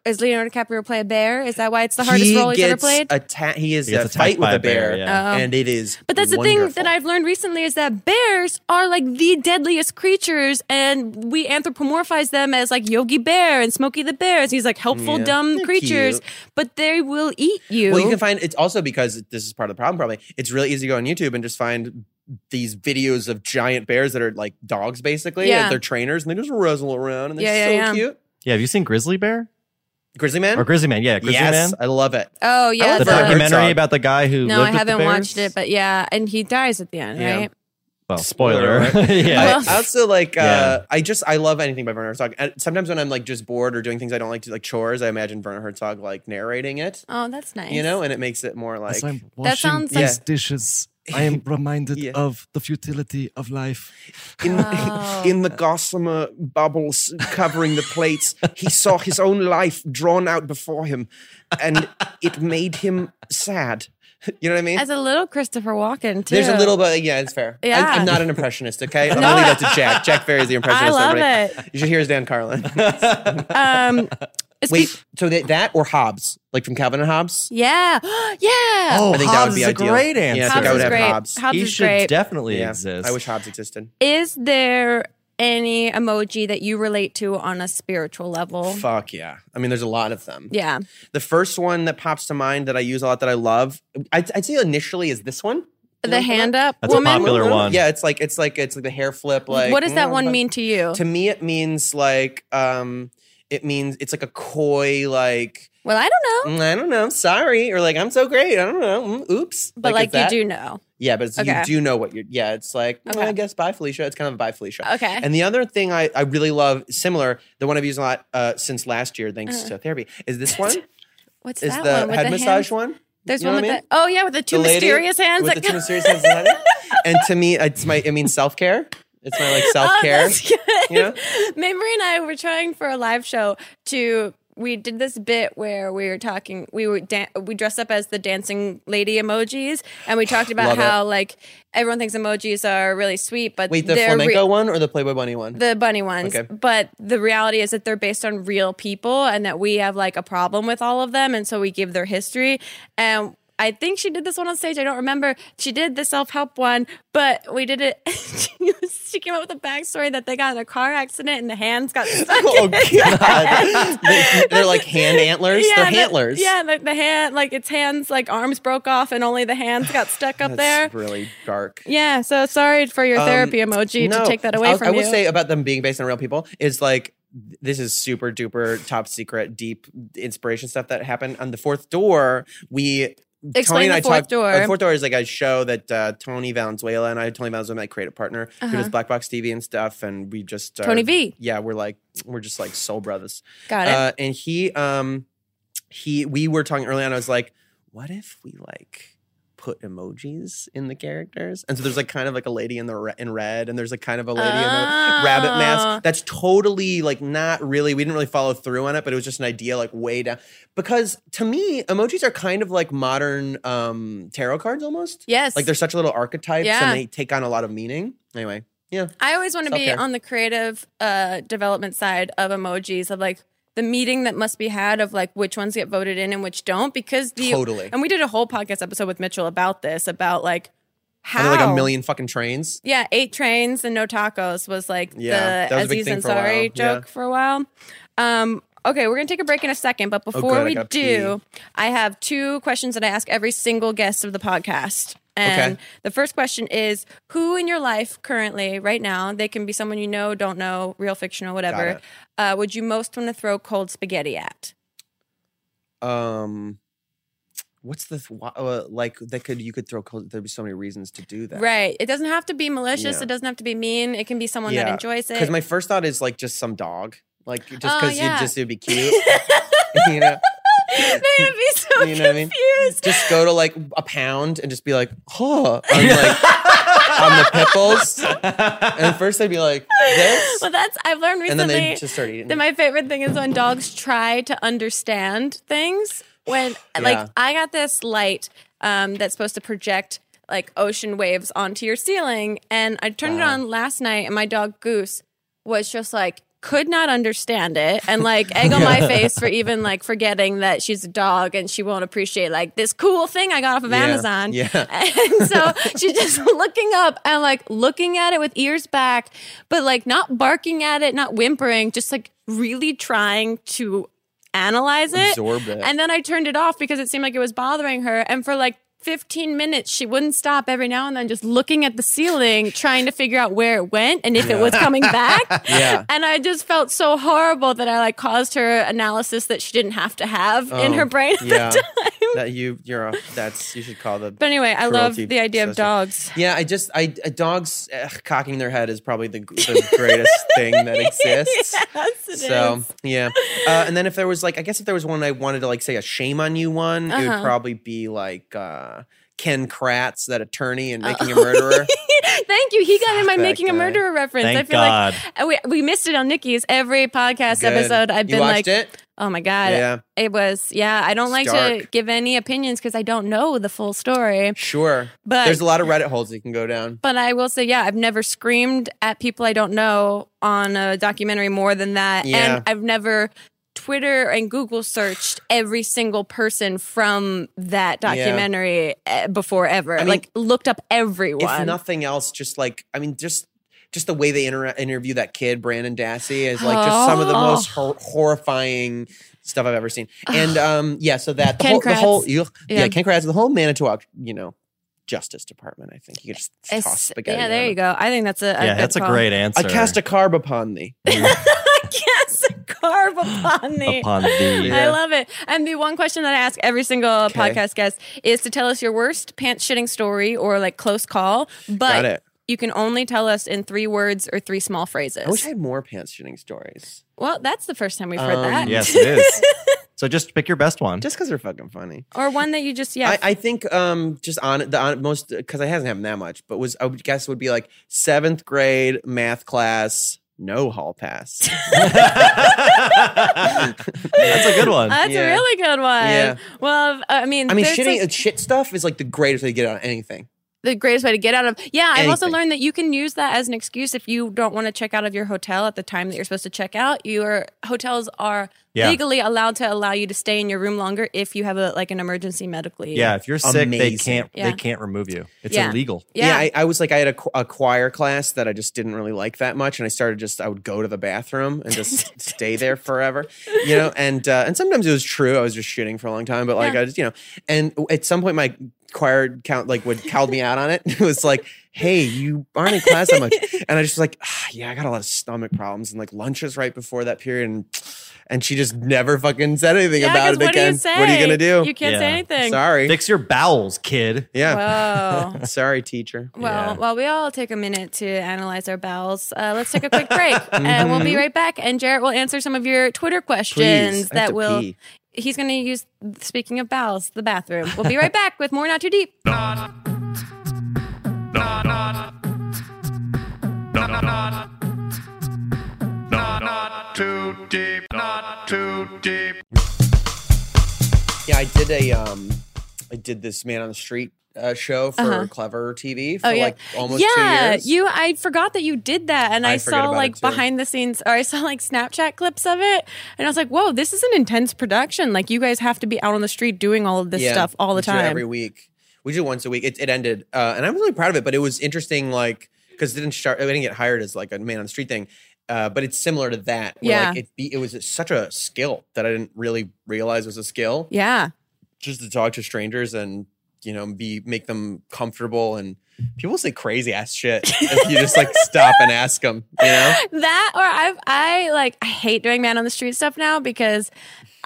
is Leonardo DiCaprio play a bear? Is that why it's the hardest he role he's gets ever played? atta- he is He gets a attacked fight with by a a bear, bear, yeah. Oh. and it is. But that's the thing wonderful. that I've learned recently is that bears are like the deadliest creatures, and we anthropomorphize them as like Yogi Bear and Smokey the Bear. as These like helpful, Yeah. dumb They're creatures, cute. but they will eat you. Well, you can find it's also because this is part of the problem. Probably it's really easy to go on YouTube and just find these videos of giant bears that are like dogs, basically. Yeah. and they're trainers, and they just wrestle around, and they're Yeah, yeah, so yeah. cute. Yeah. Have you seen Grizzly Bear Grizzly man, or Grizzly Man? Yeah, Grizzly yes, Man. I love it. oh yeah, want The That's a- documentary Herzog. about the guy who no, I lived with the haven't watched bears? it, but yeah, and he dies at the end, Yeah. right? well, spoiler. yeah. Well- I also like uh, Yeah. I just I love anything by Werner Herzog. And Sometimes when I'm like just bored or doing things I don't like to like chores, I imagine Werner Herzog like narrating it, Oh, that's nice. you know, and it makes it more like As I'm washing That sounds these like- dishes, I am reminded Yeah. of the futility of life. In, Wow. in the gossamer bubbles covering the plates, he saw his own life drawn out before him, and it made him sad. You know what I mean? as a little Christopher Walken too. There's a little bit, yeah, it's fair. Yeah. I, am not an impressionist, okay? I'm gonna leave that to Jack. Jack Ferry is the I impressionist. love everybody. it. You should hear his Dan Carlin. Um, It's Wait, bef- so that, that or Hobbes, like from Calvin and Hobbes? yeah, yeah. Oh, I think that would Hobbs be is a ideal. great Yeah, I answer. think I Hobbs would is have great. Hobbes. Hobbs he is should great. definitely Yeah, exist. I wish Hobbes existed. Is there any emoji that you relate to on a spiritual level? Fuck yeah. I mean, there's a lot of them. Yeah. The first one that pops to mind that I use a lot that I love, I'd, I'd say initially is this one. The hand up That's a woman. popular one. Yeah, it's like it's like it's like the hair flip. Like, what does that mm, one but- mean to you? To me, it means like um, it means it's like a coy like. well, I don't know, "Mm, I don't know. I'm sorry, or like I'm so great. I don't know. mm, oops. but like, it's that. you do know. Yeah, but it's, Okay. you do know what you're. Yeah, it's like "Mm, Okay. I guess bye Felicia. It's kind of a bye Felicia. Okay. And the other thing I, I really love, similar, the one I've used a lot uh, since last year, thanks to therapy, is this one. What's is Uh-huh. that the one with head the massage hands? one? There's You know one what with I the oh yeah, with the two The lady mysterious hands. with that the two go- mysterious hands behind it. And to me, it's my. It means self care. It's my like self Oh, care. that's good. you know? Mamrie and I were trying for a live show to. We did this bit where we were talking. We were dan- we dressed up as the dancing lady emojis, and we talked about Love it. how like everyone thinks emojis are really sweet, but Wait, the they're re- flamenco one or the Playboy Bunny one? the bunny ones. Okay. But the reality is that they're based on real people and that we have like a problem with all of them. And so we give their history. And I think she did this one on stage. I don't remember. She did the self help one, but we did it. she, was- she came up with a backstory that they got in a car accident and the hands got stuck. oh in it. god, they, they're like hand antlers. they're the- antlers. Yeah, the, the hand, like its hands, like arms broke off and only the hands got stuck up there. That's really dark. Yeah, so sorry for your therapy emoji to take that away I, from I you. would say um, about them being based on real people is like this is super duper top secret deep inspiration stuff that happened on the fourth door. We Explain Tony and the I fourth talked, door. uh, the fourth door is like a show that uh, Tony Valenzuela and I, Tony Valenzuela, my creative partner, who does Black Box TV and stuff, and we just are- Uh-huh. Tony V. Yeah, we're like we're just like soul brothers. got it. Uh, and he, um, he, we were talking early on. I was like, what if we like put emojis in the characters? And so there's like kind of like a lady in the re- in red, and there's like kind of a lady in a rabbit Oh. mask. That's totally like not really. We didn't really follow through on it, but it was just an idea like way down. Because to me, emojis are kind of like modern um tarot cards almost. yes. Like they're such little archetypes, Yeah. and they take on a lot of meaning. Anyway, yeah. I always want to be Self-care. on the creative uh, development side of emojis of like the meeting that must be had of like which ones get voted in and which don't because the Totally. and we did a whole podcast episode with Mitchell about this about like Are how there, like a million fucking trains? yeah eight trains and no tacos was like Yeah, the that was a big Aziz thing for a Ansari while. Yeah. joke for a while. Um, okay, we're gonna take a break in a second, but before Oh, good, I we gotta do, I have two questions that I ask every single guest of the podcast. And Okay. the first question is Who in your life currently, right now, they can be someone you know, don't know, real, fictional, whatever, it. uh, would you most want to throw cold spaghetti at? um what's the th- wha- uh, like that could you could throw cold there'd be so many reasons to do that Right. It doesn't have to be malicious. Yeah. It doesn't have to be mean. It can be someone that enjoys it. because my first thought is like just some dog like just Oh, because yeah. you just it'd be cute you know They're going to be so You know what I mean? confused. just go to like a pound and just be like huh on, like, on the pipples and at first they'd be like this Well, that's, I've learned and then recently. they just start eating Then my favorite thing is when dogs try to understand things. When Yeah. like I got this light um, that's supposed to project like ocean waves onto your ceiling, and I turned it on last night, and my dog Goose was just like could not understand it and like egg on my face for even like forgetting that she's a dog and she won't appreciate like this cool thing I got off of Yeah. Amazon. Yeah. And so she's just looking up and like looking at it with ears back, but like not barking at it, not whimpering, just like really trying to analyze it. Absorb it. And then I turned it off because it seemed like it was bothering her. And for like 15 minutes, she wouldn't stop every now and then just looking at the ceiling, trying to figure out where it went and if it was coming back. Yeah. And I just felt so horrible that I like caused her analysis that she didn't have to have in Oh, her brain. yeah that you you're a, that's you should call the But anyway, I love Cruelty the idea of system. dogs. Yeah, I just I uh, dogs uh, cocking their head is probably the, the greatest thing that exists. Yes, it so is. yeah, uh, and then if there was like I guess if there was one I wanted to like say a shame on you one, it Uh-huh. would probably be like uh, Ken Kratz, that attorney Oh, and making a murderer. Thank you. He got in my that making a guy. murderer reference. Thank I feel God. like uh, we, we missed it on Nikki's every podcast Good. episode. I've You been watched like, it? oh my God. Yeah. It was, yeah. I don't like to dark. give any opinions because I don't know the full story. Sure, But- there's a lot of Reddit holes you can go down. But I will say, yeah, I've never screamed at people I don't know on a documentary more than that. Yeah. And I've never. Twitter and Google searched every single person from that documentary eh, before ever. mean, like looked up everyone. If nothing else, just like I mean, just just the way they inter- interview that kid Brandon Dassey is like just some of the Oh. most hor- horrifying stuff I've ever seen. And um, yeah, so that the Ken whole, the whole Kratz. ugh, yeah. Yeah. Ken Kratz, the whole Manitowoc, you know, Justice Department. I think you could just It's- toss spaghetti. yeah, there you go. I think that's a, a yeah, good that's a call. great answer. I cast a carb upon thee. yes, carve upon the. upon the I love it. And the one question that I ask every single Okay. podcast guest is to tell us your worst pants shitting story or like close call. Got But it. you can only tell us in three words or three small phrases. I wish I had more pants shitting stories. well, that's the first time we've heard Um, that. Yes, it is. so just pick your best one. Just because they're fucking funny. Or one that you just, yeah. I, I think um just on the on, most because I hasn't happened that much, but was I would guess would be like seventh grade math class, no hall pass. That's a good one. that's a yeah. really good one. Yeah. Well, uh, I mean, I mean, there's shitty this- shit stuff is like the greatest way to get out of anything. the greatest way to get out of. Yeah, I've also Anything. learned that you can use that as an excuse if you don't want to check out of your hotel at the time that you're supposed to check out. Your hotels are Yeah. legally allowed to allow you to stay in your room longer if you have a like an emergency medically. yeah, if you're sick, they Amazing. can't Yeah. they can't remove you. It's Yeah. illegal. Yeah. I, I was like, I had a, qu- a choir class that I just didn't really like that much, and I started just I would go to the bathroom and just stay there forever, you know. And uh, and sometimes it was true. I was just shitting for a long time, but like I just you know. And at some point, my choir count like would called me out on it. It was like, hey, you aren't in class that much, and I just was like, ah, yeah, I got a lot of stomach problems, and like lunch was right before that period, and and she just never fucking said anything Yeah, about 'cause it what again. do you say? What are you gonna do? You can't Yeah. say anything. Sorry, Fix your bowels, kid. yeah, Whoa. sorry, teacher. Well, Yeah. while we all take a minute to analyze our bowels, uh, let's take a quick break. And we'll be right back. And Jarrett will answer some of your Twitter questions Please, I that have to will. pee. He's going to use, speaking of bowels, the bathroom. We'll be right back with more Not Too Deep. Not too deep, not too deep. Yeah, I did a um, I did this man on the street uh, show for Clever TV for like almost Uh-huh. Oh, yeah, two years. you. I forgot that you did that, and I, I forget saw about like it, too. behind the scenes, or I saw like Snapchat clips of it, and I was like, "Whoa, this is an intense production! Like, you guys have to be out on the street doing all of this Yeah, stuff all we the do it time." every week. We do it once a week. It, it ended, uh, and I'm really proud of it. But it was interesting, like because it didn't start. It didn't get hired as like a man on the street thing. Uh, but it's similar to that. where, like, Yeah. it, be, it was such a skill that I didn't really realize was a skill. yeah, Just to talk to strangers and you know be make them comfortable and people say crazy ass shit if you just like stop and ask them. You know. that or I've I like I hate doing man on the street stuff now because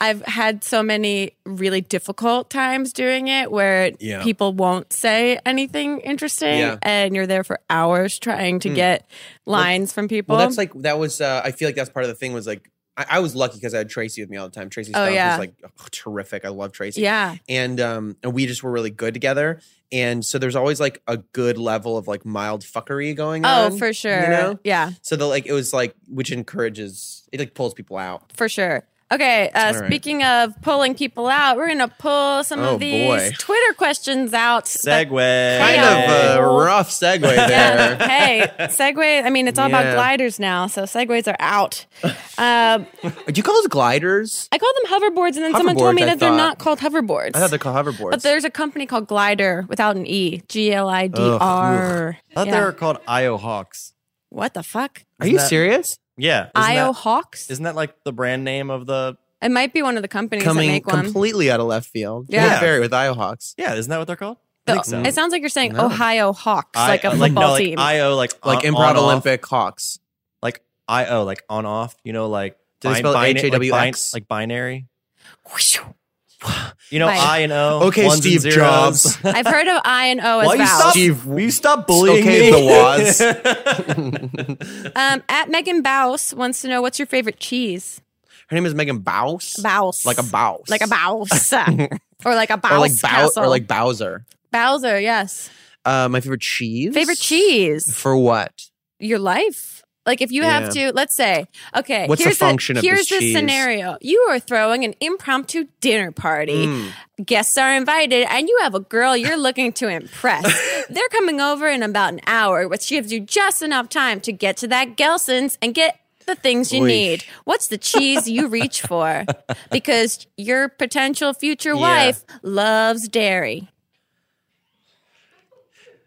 I've had so many really difficult times doing it where Yeah. people won't say anything interesting, Yeah. Hmm. and you're there for hours trying to get lines from people. Well, that's like that was. Uh, I feel like that's part of the thing was like I, I was lucky because I had Tracy with me all the time. Tracy Oh, Stumpf yeah. was like ugh, terrific. I love Tracy. yeah, And um, and we just were really good together. And so there's always like a good level of like mild fuckery going on. oh for sure, You know. yeah. So the like it was like which encourages it like pulls people out. for sure. Okay, uh, right. speaking of pulling people out, we're gonna pull some Oh, of these boy. Twitter questions out. that- Segway. uh, Kind of a Yeah. rough segue there. yeah. Hey, Segway. I mean, it's all about Yeah. gliders now, so Segways are out. Um Do you call those gliders? I call them hoverboards, and then someone told Hoverboards, me I that they're thought. not called hoverboards. I thought they're called hoverboards. but there's a company called Glider without an E. G L I D R. I thought Yeah. they were called IO Hawks. What the fuck? Are you that- serious? Yeah. Isn't IO that, Hawks? isn't that like the brand name of the It might be one of the companies that Coming make one. completely out of left field. Yeah. Very Ferry with Iohawks. Yeah, isn't that what they're called? The- so. It sounds like you're saying No. Ohio Hawks, like a I- football no, team. Like IO like Like on- improv on, off. Olympic hawks. Like IO like on off, you know like Do they bin- spell bina- like, H-A-W-X? bin- like binary. Whoosh. You know, Right. I and O. Okay, ones and Steve zeros. Jobs. I've heard of I and O as Why you vowels. stop? Steve- will you stop bullying Okay, me? the was. Um, at Megan Baus wants to know what's your favorite cheese? Her name is Megan Baus. Baus. Like a Baus. Like a Baus. or like a Baus. Or like Bau- castle. or like Bowser. Bowser, yes. Uh, my favorite cheese. Favorite cheese? For what? Your life. Like if you have to, let's say, okay, What's the here's function of this here's this cheese? scenario. You are throwing an impromptu dinner party. Hmm. Guests are invited, and you have a girl you're looking to impress. They're coming over in about an hour, which gives you just enough time to get to that Gelson's and get the things you Oy. need? What's the cheese you reach for? Because your potential future Yeah. wife loves dairy.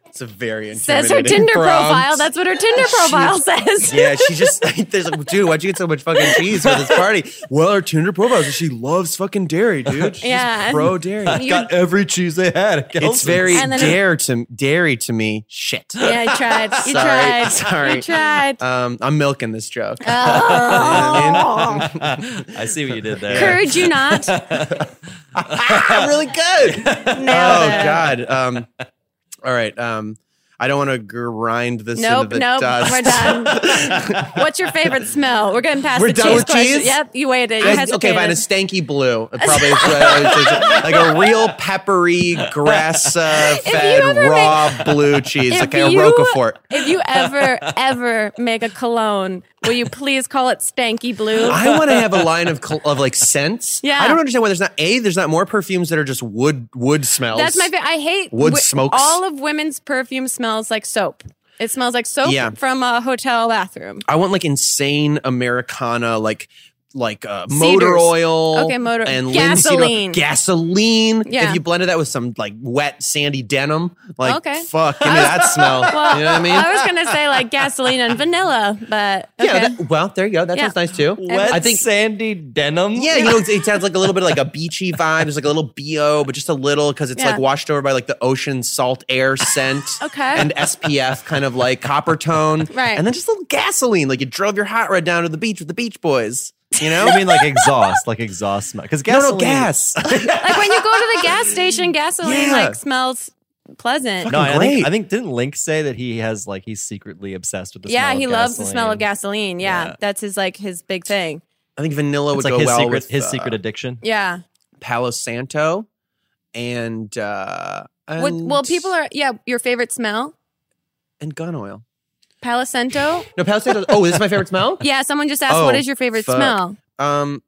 It's a very Says her Tinder intimidating prompt. profile. That's what her Tinder profile says. yeah, she just there's like, dude, why'd you get so much fucking cheese for this party? Well, her Tinder profile says she loves fucking dairy, dude. She's Yeah. pro dairy. Got every cheese they had. at It's Kelsey's. very And then- dare to dairy to me. Shit. Yeah, I tried. You Sorry, tried. sorry. You tried. Um, I'm milking this joke. Uh, I see what you did there. Oh. Courage you not. I'm really good. Nailed Oh it. God. Um, all right. Um, I don't want to grind this Nope, into the nope. dust. We're done. What's your favorite smell? We're getting past We're the done cheese with question. cheese? Yep, you waited. You I- hesitated. okay, fine. A stanky blue. It Probably is what I would say. like a real peppery, grass-fed, you ever raw blue cheese, If like a you- Roquefort. If you ever, ever make a cologne, will you please call it Stanky Blue? I want to have a line of col- of like scents. Yeah. I don't understand why there's not a. There's not more perfumes that are just wood wood smells. That's my favorite. I hate Wood wi- smokes. All of women's perfume smells like soap. It smells like soap Yeah. from a hotel bathroom. I want like insane Americana, like like uh, Cedars. motor oil, Okay, motor- and linseed oil. Gasoline. gasoline. Yeah. If you blended that with some like wet sandy denim, like Okay. fuck, give me that smell. Well, you know what I mean? I was gonna say like gasoline and vanilla, but okay. Yeah. That, well, there you go. That Yeah. sounds nice too. Wet I think. sandy denim. Yeah, you know, it it sounds like a little bit like a beachy vibe. There's like a little bo, but just a little because it's Yeah. like washed over by like the ocean salt air scent. Okay. And SPF, kind of like copper tone. Right. And then just a little gasoline, like you drove your hot rod down to the beach with the Beach Boys. You know. I mean, like exhaust, like exhaust smell. Because No, no, gasoline. gas. like when you go to the gas station, gasoline Yeah. like smells pleasant. No, I Great. think, I think didn't Link say that he has like he's secretly obsessed with the yeah, smell he of loves the smell of gasoline. gasoline. Yeah, Yeah. that's his like his big thing. I think vanilla It's would like go his well secret with his uh, secret addiction. Yeah. Palo Santo, and uh, and What, well, people are yeah. Your favorite smell, and gun oil. Palo Santo. No, Palo Santo. oh, this is my favorite smell. Yeah, someone just asked, "What Oh, is your favorite fuck. smell?" Um,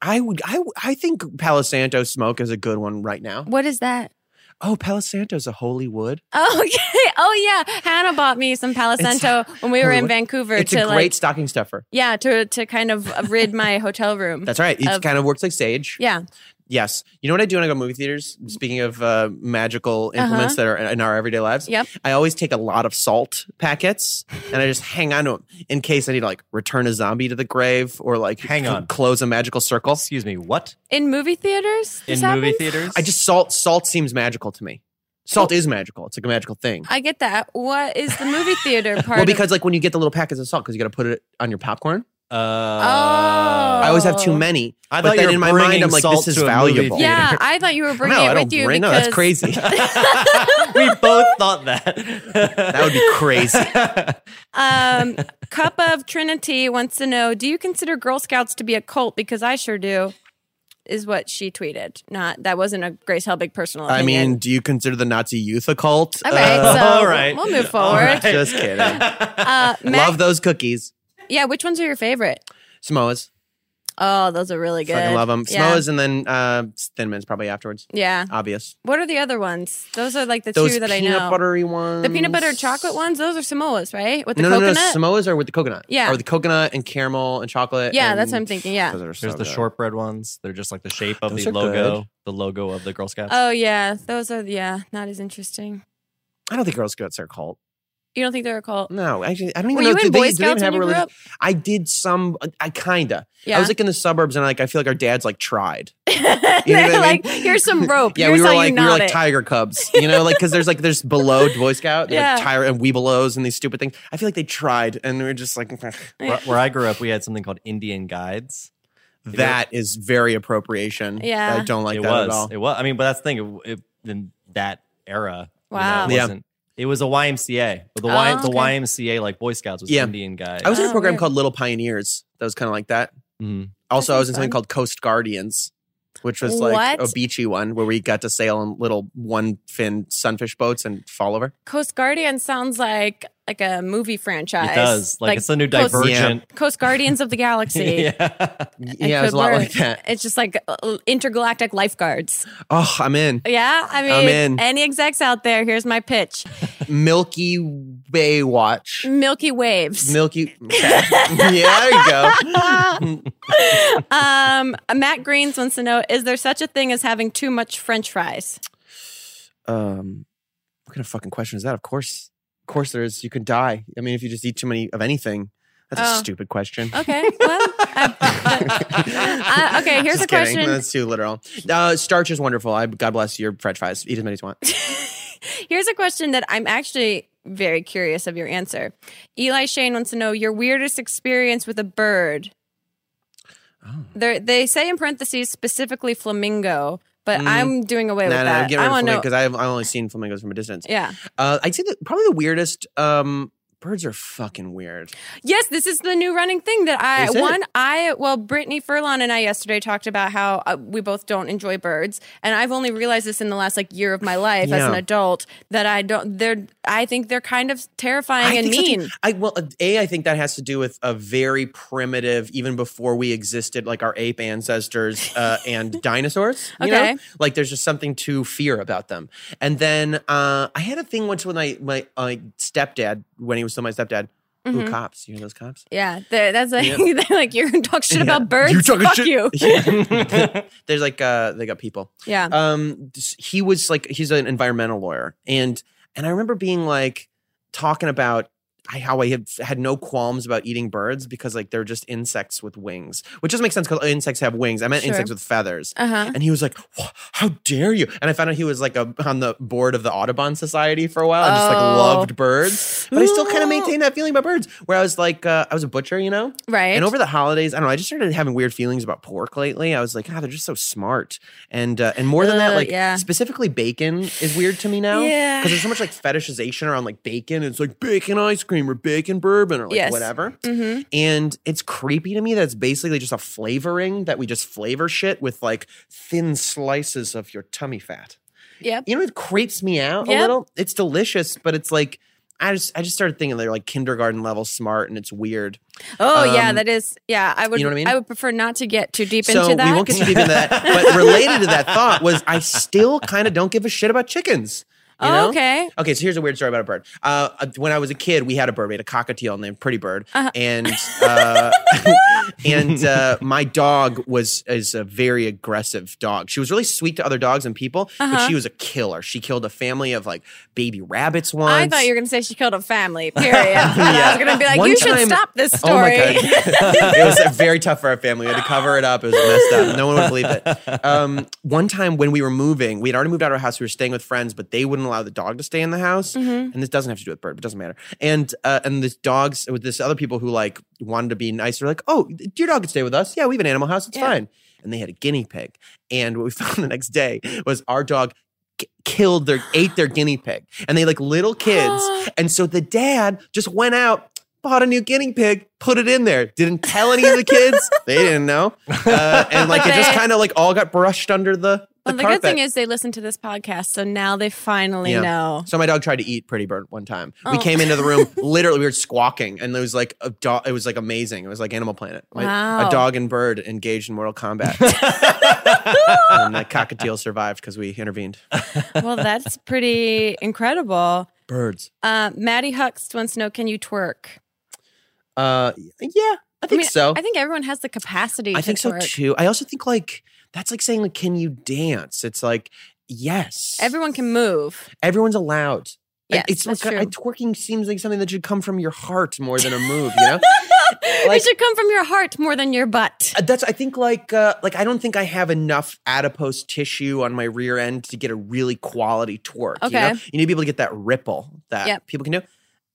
I would I I think Palo Santo smoke is a good one right now. What is that? Oh, Palo Santo's a holy wood. Oh, okay. Oh, yeah. Hannah bought me some Palo It's- Santo when we were Holy in what? Vancouver It's to a great like, stocking stuffer. yeah, to to kind of rid my hotel room. That's right. It Of- kind of works like sage. yeah. Yes. You know what I do when I go to movie theaters? Mm. Speaking of uh, magical implements that are in our everyday lives. Uh-huh. Yep. I always take a lot of salt packets and I just hang on to them in case I need to like return a zombie to the grave or like Hang cl- on. close a magical circle. Excuse me, what? In movie theaters, this In movie happens? theaters? I just salt salt seems magical to me. Salt is magical. It's like a magical thing. I get that. What is the movie theater part? Well, of- because like when you get the little packets of salt, because you got to put it on your popcorn. uh, I always have Oh. too many. I but thought then you were in my mind, bringing I'm like, salt this is to a movie valuable. theater. yeah, I thought you were bringing no, it I with don't you bring. No, because that's crazy. that Oh. we both thought that. would be crazy. Um, Cup of Trinity wants to know Do you consider Girl Scouts to be a cult? Because I sure do, is what she tweeted. Not that wasn't a Grace Helbig personal I opinion. mean, do you consider the Nazi youth a cult? all right, Uh, so all right. we'll move forward. just kidding. Uh, Mac- Love those cookies. yeah, which ones are your favorite? Samoas. Oh, those are really good. Fucking love them. Yeah. Samoas and then uh, Thin Mints probably afterwards. yeah. Obvious. What are the other ones? Those are like the Those two that I peanut know. buttery ones. the peanut butter chocolate ones, those are Samoas, right? With the no, no, coconut? no. Samoas are with the coconut. Yeah. Are with the coconut and caramel and chocolate. yeah, and- that's what I'm thinking. Yeah. Those are so There's the good. shortbread ones. They're just like the shape of Those the are logo, good. the logo of the Girl Scouts. Oh, yeah. Those are, yeah, not as interesting. I don't think Girl Scouts are a cult. You don't think they're a cult? No, actually, I don't Were even know. you do in they- Boy do they even Scouts have when a you grew religion? up? I did some. I kinda. Yeah. I was like in the suburbs, and like I feel like our dads like tried. You know They're what I like, mean? here's some rope. Yeah, here's we were how like you we were knot like it. tiger cubs, you know, like because there's like there's below Boy Scout, yeah, Yeah. like tiger and weebelows and these stupid things. I feel like they tried, and we are just like, Where, where I grew up, we had something called Indian Guides. that is very appropriation. Yeah. I don't like it that was. at all. It was. I mean, but that's the thing. It, it- in that era, you know, Wow. it Yeah. wasn't. It was a YMCA. But the, Oh, y, the okay. YMCA, like Boy Scouts, was Yeah. Indian Guides. I was in Oh, a program weird. called Little Pioneers that was kind of like that. Mhm. Also, I was in something fun. called Coast Guardians, which was like What? a beachy one where we got to sail on little one fin sunfish boats and fall over. Coast Guardian sounds like like a movie franchise. It does. Like, it's the new Coast- Divergent. Coast Guardians of the Galaxy. yeah. yeah, it was a could lot work. like that. It's just like uh, intergalactic lifeguards. Oh, I'm in Yeah, I mean, I'm in. any execs out there? Here's my pitch. Milky Baywatch. Milky Waves. Milky. yeah, there you go. um, Matt Greens wants to know: Is there such a thing as having too much French fries? Um, what kind of fucking question is that? Of course, of course there is. You could die. I mean, if you just eat too many of anything. That's a Oh. stupid question. Okay, well, I- I- Uh, okay. Here's Just a kidding. question. That's too literal. Uh, starch is wonderful. I, God bless your French fries. Eat as many as you want. Here's a question that I'm actually very curious of your answer. Eli Shane wants to know your weirdest experience with a bird. Oh. They're- They say in parentheses specifically flamingo, but I'm doing away with Mm. No, no, that. I'm getting I rid of want to know. because I've, I've only seen flamingos from a distance. Yeah. Uh, I'd say that probably the weirdest. Um, birds are fucking weird. Yes, this is the new running thing that I Is it? one I well Brittany Furlan and I yesterday talked about how uh, we both don't enjoy birds, and I've only realized this in the last like year of my life as Yeah. an adult that I don't. They're I think they're kind of terrifying I and think that's- mean. I well, uh, a I think that has to do with a very primitive, even before we existed, like our ape ancestors uh, and dinosaurs. You Okay. know, like there's just something to fear about them. And then uh, I had a thing once with my my uh, stepdad when he was still my stepdad. Mm-hmm. Ooh, cops! You hear those cops? Yeah, they- that's like they're like you're gonna talk shit about birds. You talking Fuck shit- you. There's like uh, they got people. Yeah. um s- he was like he's an environmental lawyer and and i remember being like talking about I- how I had had no qualms about eating birds because like they're just insects with wings, which doesn't make sense because insects have wings. I meant Sure. insects with feathers. Uh huh. And he was like, "Wha- "How dare you?" And I found out he was like a, on the board of the Audubon Society for a while. I just like Oh. loved birds, but I still kind Ooh. of maintain that feeling about birds. Where I was like, uh, I was a butcher, you know, Right. and over the holidays, I don't know. I just started having weird feelings about pork lately. I was like, ah, they're just so smart, and uh, and more than that, Ugh, like yeah. specifically bacon is weird to me now. Yeah. because there's so much like fetishization around like bacon. It's like bacon ice cream or bacon bourbon or like Yes. whatever. hmm And it's creepy to me that it's basically just a flavoring that we just flavor shit with like thin slices of your tummy fat. Yep. You know, it creeps me out Yep. a little. It's delicious, but it's like. I just I just started thinking they're like kindergarten level smart and it's weird. Oh yeah, Um, that is yeah. I would. you know what I mean? would prefer not to get too deep so into that. we won't get too deep into that. But related to that thought was I still kind of don't give a shit about chickens. You Oh, know? okay. Okay, so here's a weird story about a bird. Uh, uh, when I was a kid, we had a bird. We had a cockatiel named Pretty Bird, Uh-huh. and uh, and uh, my dog was is a very aggressive dog. She was really sweet to other dogs and people, Uh-huh. but she was a killer. She killed a family of like baby rabbits once. I thought you were gonna say she killed a family. Period. And I was gonna be like, One you should time- stop this story. Oh my god, it was uh, very tough for our family. We had to cover it up. It was messed up. No one would believe it. Um, one time when we were moving, we had already moved out of our house. We were staying with friends, but they wouldn't allow the dog to stay in the house. And this doesn't have to do with bird, but it doesn't matter. And uh, and this dogs with this other people who like wanted to be nice. They're like, oh, your dog can stay with us. Yeah, we have an animal house. It's fine. And they had a guinea pig. And what we found the next day was our dog k- killed their ate their guinea pig and they like little kids and so the dad just went out bought a new guinea pig put it in there didn't tell any of the kids they didn't know uh, and like it just They- kind of like all got brushed under the the, well, the carpet. good thing is they listened to this podcast, so now they finally Yeah. know. so my dog tried to eat Pretty Bird one time. Oh. We came into the room, literally we were squawking, and it was like a dog. It was like amazing. It was like Animal Planet. Like, Wow. A dog and bird engaged in mortal combat, and the cockatiel survived because we intervened. well, that's pretty incredible. Birds. Uh, Maddie Huxt wants to know: Can you twerk? Uh, yeah, I think mean, so. I think everyone has the capacity. Oh. I to think so twerk. too. I also think like that's like saying like, can you dance? It's like yes, Everyone can move. everyone's allowed. I- Yes, it's that's like true. I- twerking seems like something that should come from your heart more than a move. You know, Like- it should come from your heart more than your butt. Uh, that's I think like uh, like I don't think I have enough adipose tissue on my rear end to get a really quality twerk. Okay. you, know? you need to be able to get that ripple that Yep. people can do,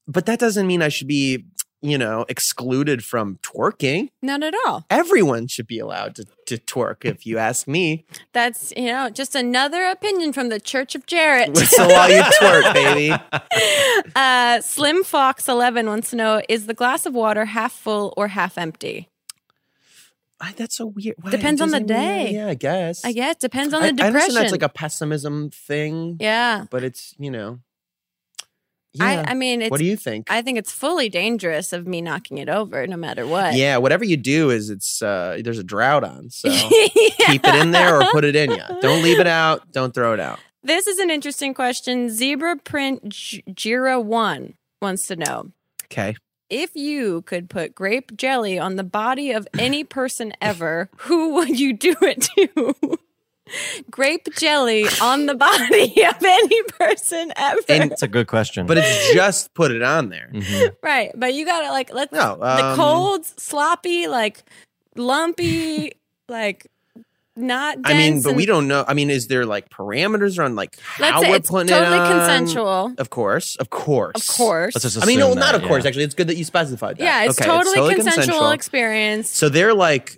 but that doesn't mean I should be you know excluded from twerking. Not at all. Everyone should be allowed to, to twerk if you ask me. That's you know just another opinion from the Church of Jarrett. Whistle while you twerk, baby. uh, Slim Fox Eleven wants to know: Is the glass of water half full or half empty? I, that's so weird. Why? Depends on the Doesn't really- day. yeah, I guess. I guess depends on the I- I depression. understand that's like a pessimism thing, yeah. but it's you know. Yeah. I, I mean, it's. what do you think? I think it's fully dangerous of me knocking it over, no matter what. yeah, whatever you do is it's uh there's a drought on, so keep it in there or put it in you. Don't leave it out. Don't throw it out. This is an interesting question. Zebra print J- Jira one wants to know Okay. if you could put grape jelly on the body of any person ever, who would you do it to? grape jelly on the body of any person ever. That's a good question. But it's just put it on there. Mhm. right, but you got to like let's No, the um, cold, sloppy, like lumpy, like not dense. I mean, but we and- don't know. I mean, is there like parameters on like how Let's say we're it's putting totally it on? consensual. Of course, of course, Of course. Let's just I mean, no, assume not that, of course. yeah. Actually, it's good that you specified that. yeah, it's Okay, totally, consensual, experience. So they're like,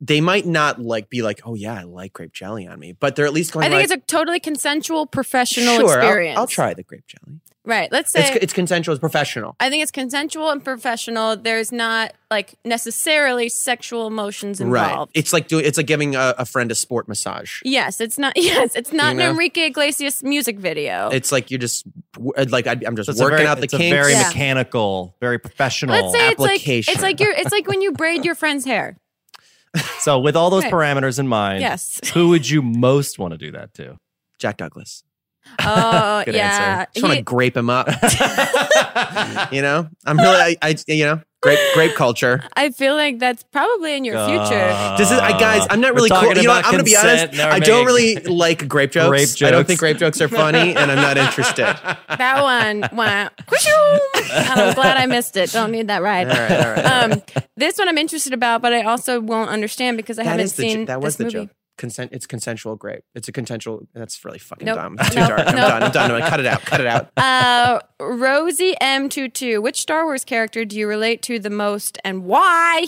they might not like be like, oh yeah, I like grape jelly on me, but they're at least going. I think like, it's a totally consensual professional sure, I'll- experience. I'll, try the grape jelly. Right. Let's say It's, it's consensual. It's professional. I think it's consensual and professional. There's not like necessarily sexual emotions Right. involved. It's like doing. It's like giving a, a friend a sport massage. Yes, it's not. Yes, it's not You know? an Enrique Iglesias music video. It's like you're just like I, I'm just So it's a working very- out the it's a kinks. very Yeah. mechanical, very professional. Let's say it's like it's application. like your it's like when you braid your friend's hair. so with all those Right. parameters in mind, Yes. who would you most want to do that to? Jack Douglas. Oh Good yeah. answer. Just want He- to grape him up. you know, I'm really, I, I you know, grape grape culture. I feel like that's probably in your future. This is, I guys, I'm not We're really cool. talking You know, what? about I'm gonna be consent, honest. now we're I don't really making- like grape jokes. Grape I don't jokes. think grape jokes are funny, and I'm not interested. All That one went. I'm glad I missed it. Don't need that ride. right, all right. Um, this one I'm interested about, but I also won't understand because I that haven't is the seen jo- that was the this movie. joke. Consent. It's consensual grape. It's a consensual. That's really fucking Nope. dumb. It's too Nope. dark. I'm Nope. done. I'm done. I'm done. Cut it out. Cut it out. Uh, Rosie M22. Which Star Wars character do you relate to the most and why?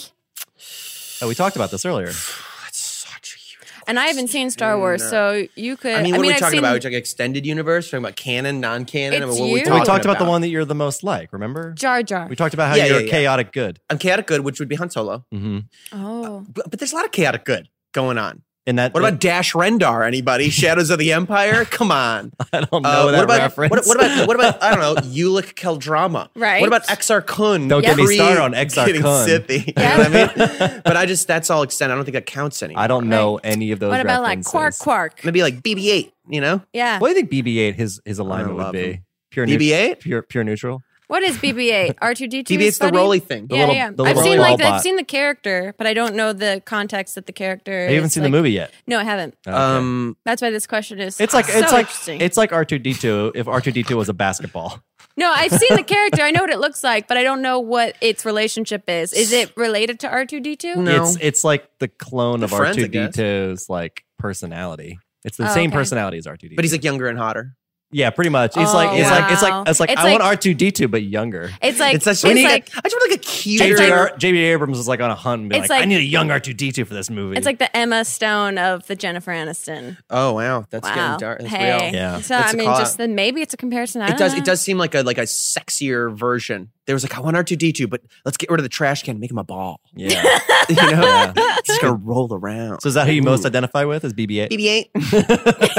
Oh, we talked about this earlier. That's such a huge. And I haven't seen Mm, Star Wars, so you could. I mean, what are we Uh, I've talking seen- about? We're talking extended universe. We're talking about canon, non-canon. I mean, It's what are you. we We We talking talked about the one that you're the most like. Remember? Jar Jar. We talked about how Yeah, you're yeah, yeah. chaotic good. I'm chaotic good, which would be Han Solo. Mm-hmm. Oh, But, but there's a lot of chaotic good going on. And that. What about Dash Rendar? Anybody? Shadows of the Empire? Come on. I don't know Uh, that what about reference. What, what about what about I don't know Ulick Keldrama? Right. What about Exar Kun? Don't get me Pre- started on Exar getting Kun. Scythian, you know what I mean? but I just that's all extent. I don't think that counts anymore. I don't know any of those. what about like references. Quark Quark? Maybe like BB-8. You know Yeah. What do you think BB-8 his his I alignment would love be? him. Pure neut- BB-8. Pure pure neutral. what is BB-8? R2D2. BB-8's the Rolly thing. Yeah, little- yeah. the I've little seen like robot. I've seen the character, but I don't know the context that the character. I haven't is, seen like- the movie yet. No, I haven't. Okay. Um, That's why this question is. it's like Ah, so it's like interesting. it's like R two D two if R two D two was a basketball. No, I've seen the character. I know what it looks like, but I don't know what its relationship is. Is it related to R two D two? No. It's it's like the clone The of R friends, I two D guess. 2s like personality. It's the Oh, same okay. personality as R two D two. but he's like younger and hotter. yeah, pretty much. It's Oh, like it's like it's wow. like it's like It's I like- want R two D two but younger. It's like it's it's, like, we need a- like I just want like a cuter. JJ Ar- JJ Abrams is like on a hunt and be It's like, I like- need a young R two D two for this movie. it's like the Emma Stone of the Jennifer Aniston. oh wow, that's Wow. getting dark. That's hey. real. Yeah. So I That's a mean, call just out. then maybe it's a comparison. I It don't does. know. It does seem like a like a sexier version. There was like I want R two D two, but let's get rid of the trash can, and make him a ball. yeah. You know, Yeah. it's just gonna roll around. So is that who you most Ooh. identify with? Is BB eight? BB-8.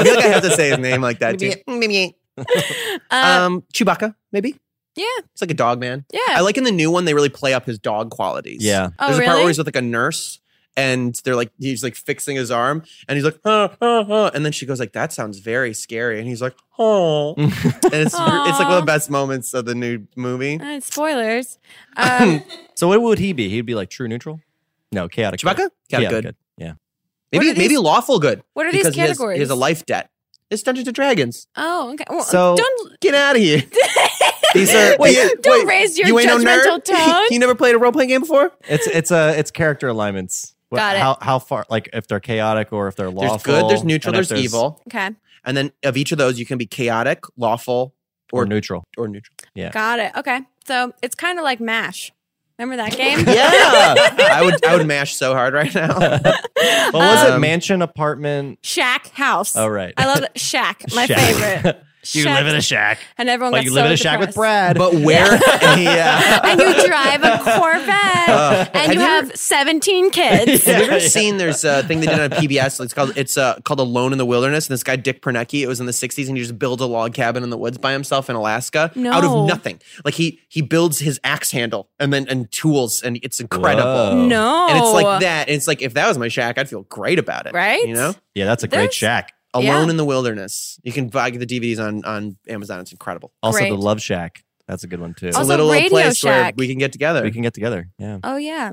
I feel like I have to say his name like that too. BB-8. Uh, Um, Chewbacca, maybe. yeah, It's like a dog man. yeah. I like in the new one they really play up his dog qualities. Yeah. Oh, There's a part really? where he's with like a nurse and they're like he's like fixing his arm and he's like huh, huh, huh. and then she goes like that sounds very scary and he's like oh and it's it's like one of Aw. the best moments of the new movie. Uh, spoilers. Um, So what would he be? He'd be like true neutral? No, chaotic. good. Chewbacca? Got Chaotic good. good. Yeah. Maybe What are maybe these- lawful good. what are these because he has- categories? He has, a life debt. It's Dungeons and Dragons. oh, okay. Well, So- don't Get out of here. These are wait, don't raise your uh, you ain't no judgmental nerd? tone. you never played a role playing game before? It's it's a it's character alignments. What- Got it. How how far like if they're chaotic or if they're lawful? There's good, there's and neutral, if there's, evil. okay. And then of each of those, you can be chaotic, lawful, or or, neutral. or neutral. Got it. Okay. So it's kind of like Mash. Remember that game? Yeah. I would I would mash so hard right now. What was it? Um, Mansion, apartment. Shack House. Oh right. I love it. Shack. My Shack. favorite. Shack. shack. and everyone. Like got Oh, you so live in a shack with depressed. Brad. But where yeah. and you drive a Corvette, Uh, and you, have seventeen kids. Have you ever seen there's a thing they did on PBS? It's called it's uh, called Alone in the Wilderness. And this guy Dick Pernecki, it was in the 60s, and he just builds a log cabin in the woods by himself in Alaska out No. of nothing. Like he he builds his axe handle and then and tools, and it's incredible. Whoa. No, And it's like that. And it's like if that was my shack, I'd feel great about it. Oh. Right? You know? Yeah, that's a great There's- shack. Alone Yeah. in the Wilderness. You can buy the DVDs on on Amazon. It's incredible. Also Great. the Love Shack. That's a good one too. It's a Also, little, Radio old place where Shack. we can get together. we can get together. Yeah. Oh yeah,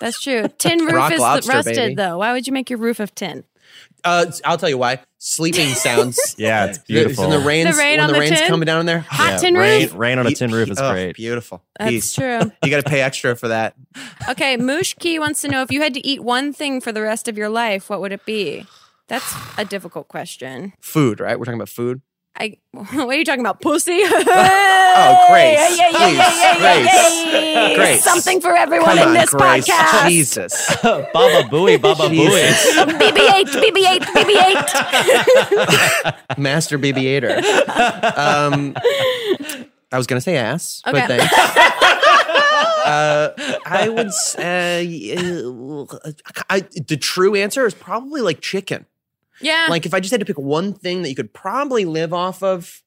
that's true. Tin roof Rock is lobster, rusted baby. though. Why would you make your roof of tin? Uh, I'll tell you why. Sleeping sounds. Yeah, it's It's beautiful. in the rain. The rain when on the, the rain's tin? coming down in there. Hot tin rain, roof. rain on a tin roof is Oh, great. Beautiful. That's Peace. true. You got to pay extra for that. Okay, Mushki wants to know if you had to eat one thing for the rest of your life, what would it be? That's a difficult question. Food, right? We're talking about food. I what are you talking about, pussy? Oh, oh, Grace. Please, Grace. Grace. Something for everyone Come in on, this Grace. podcast. Jesus. Baba Booey, Baba Jesus. Booey. BB-8, BB-8, BB-8. Master BB-8er. Um, I was gonna say ass, Okay. but thanks. uh, I would say uh, I, the true answer is probably like chicken. Yeah, Like if I just had to pick one thing that you could probably live off of,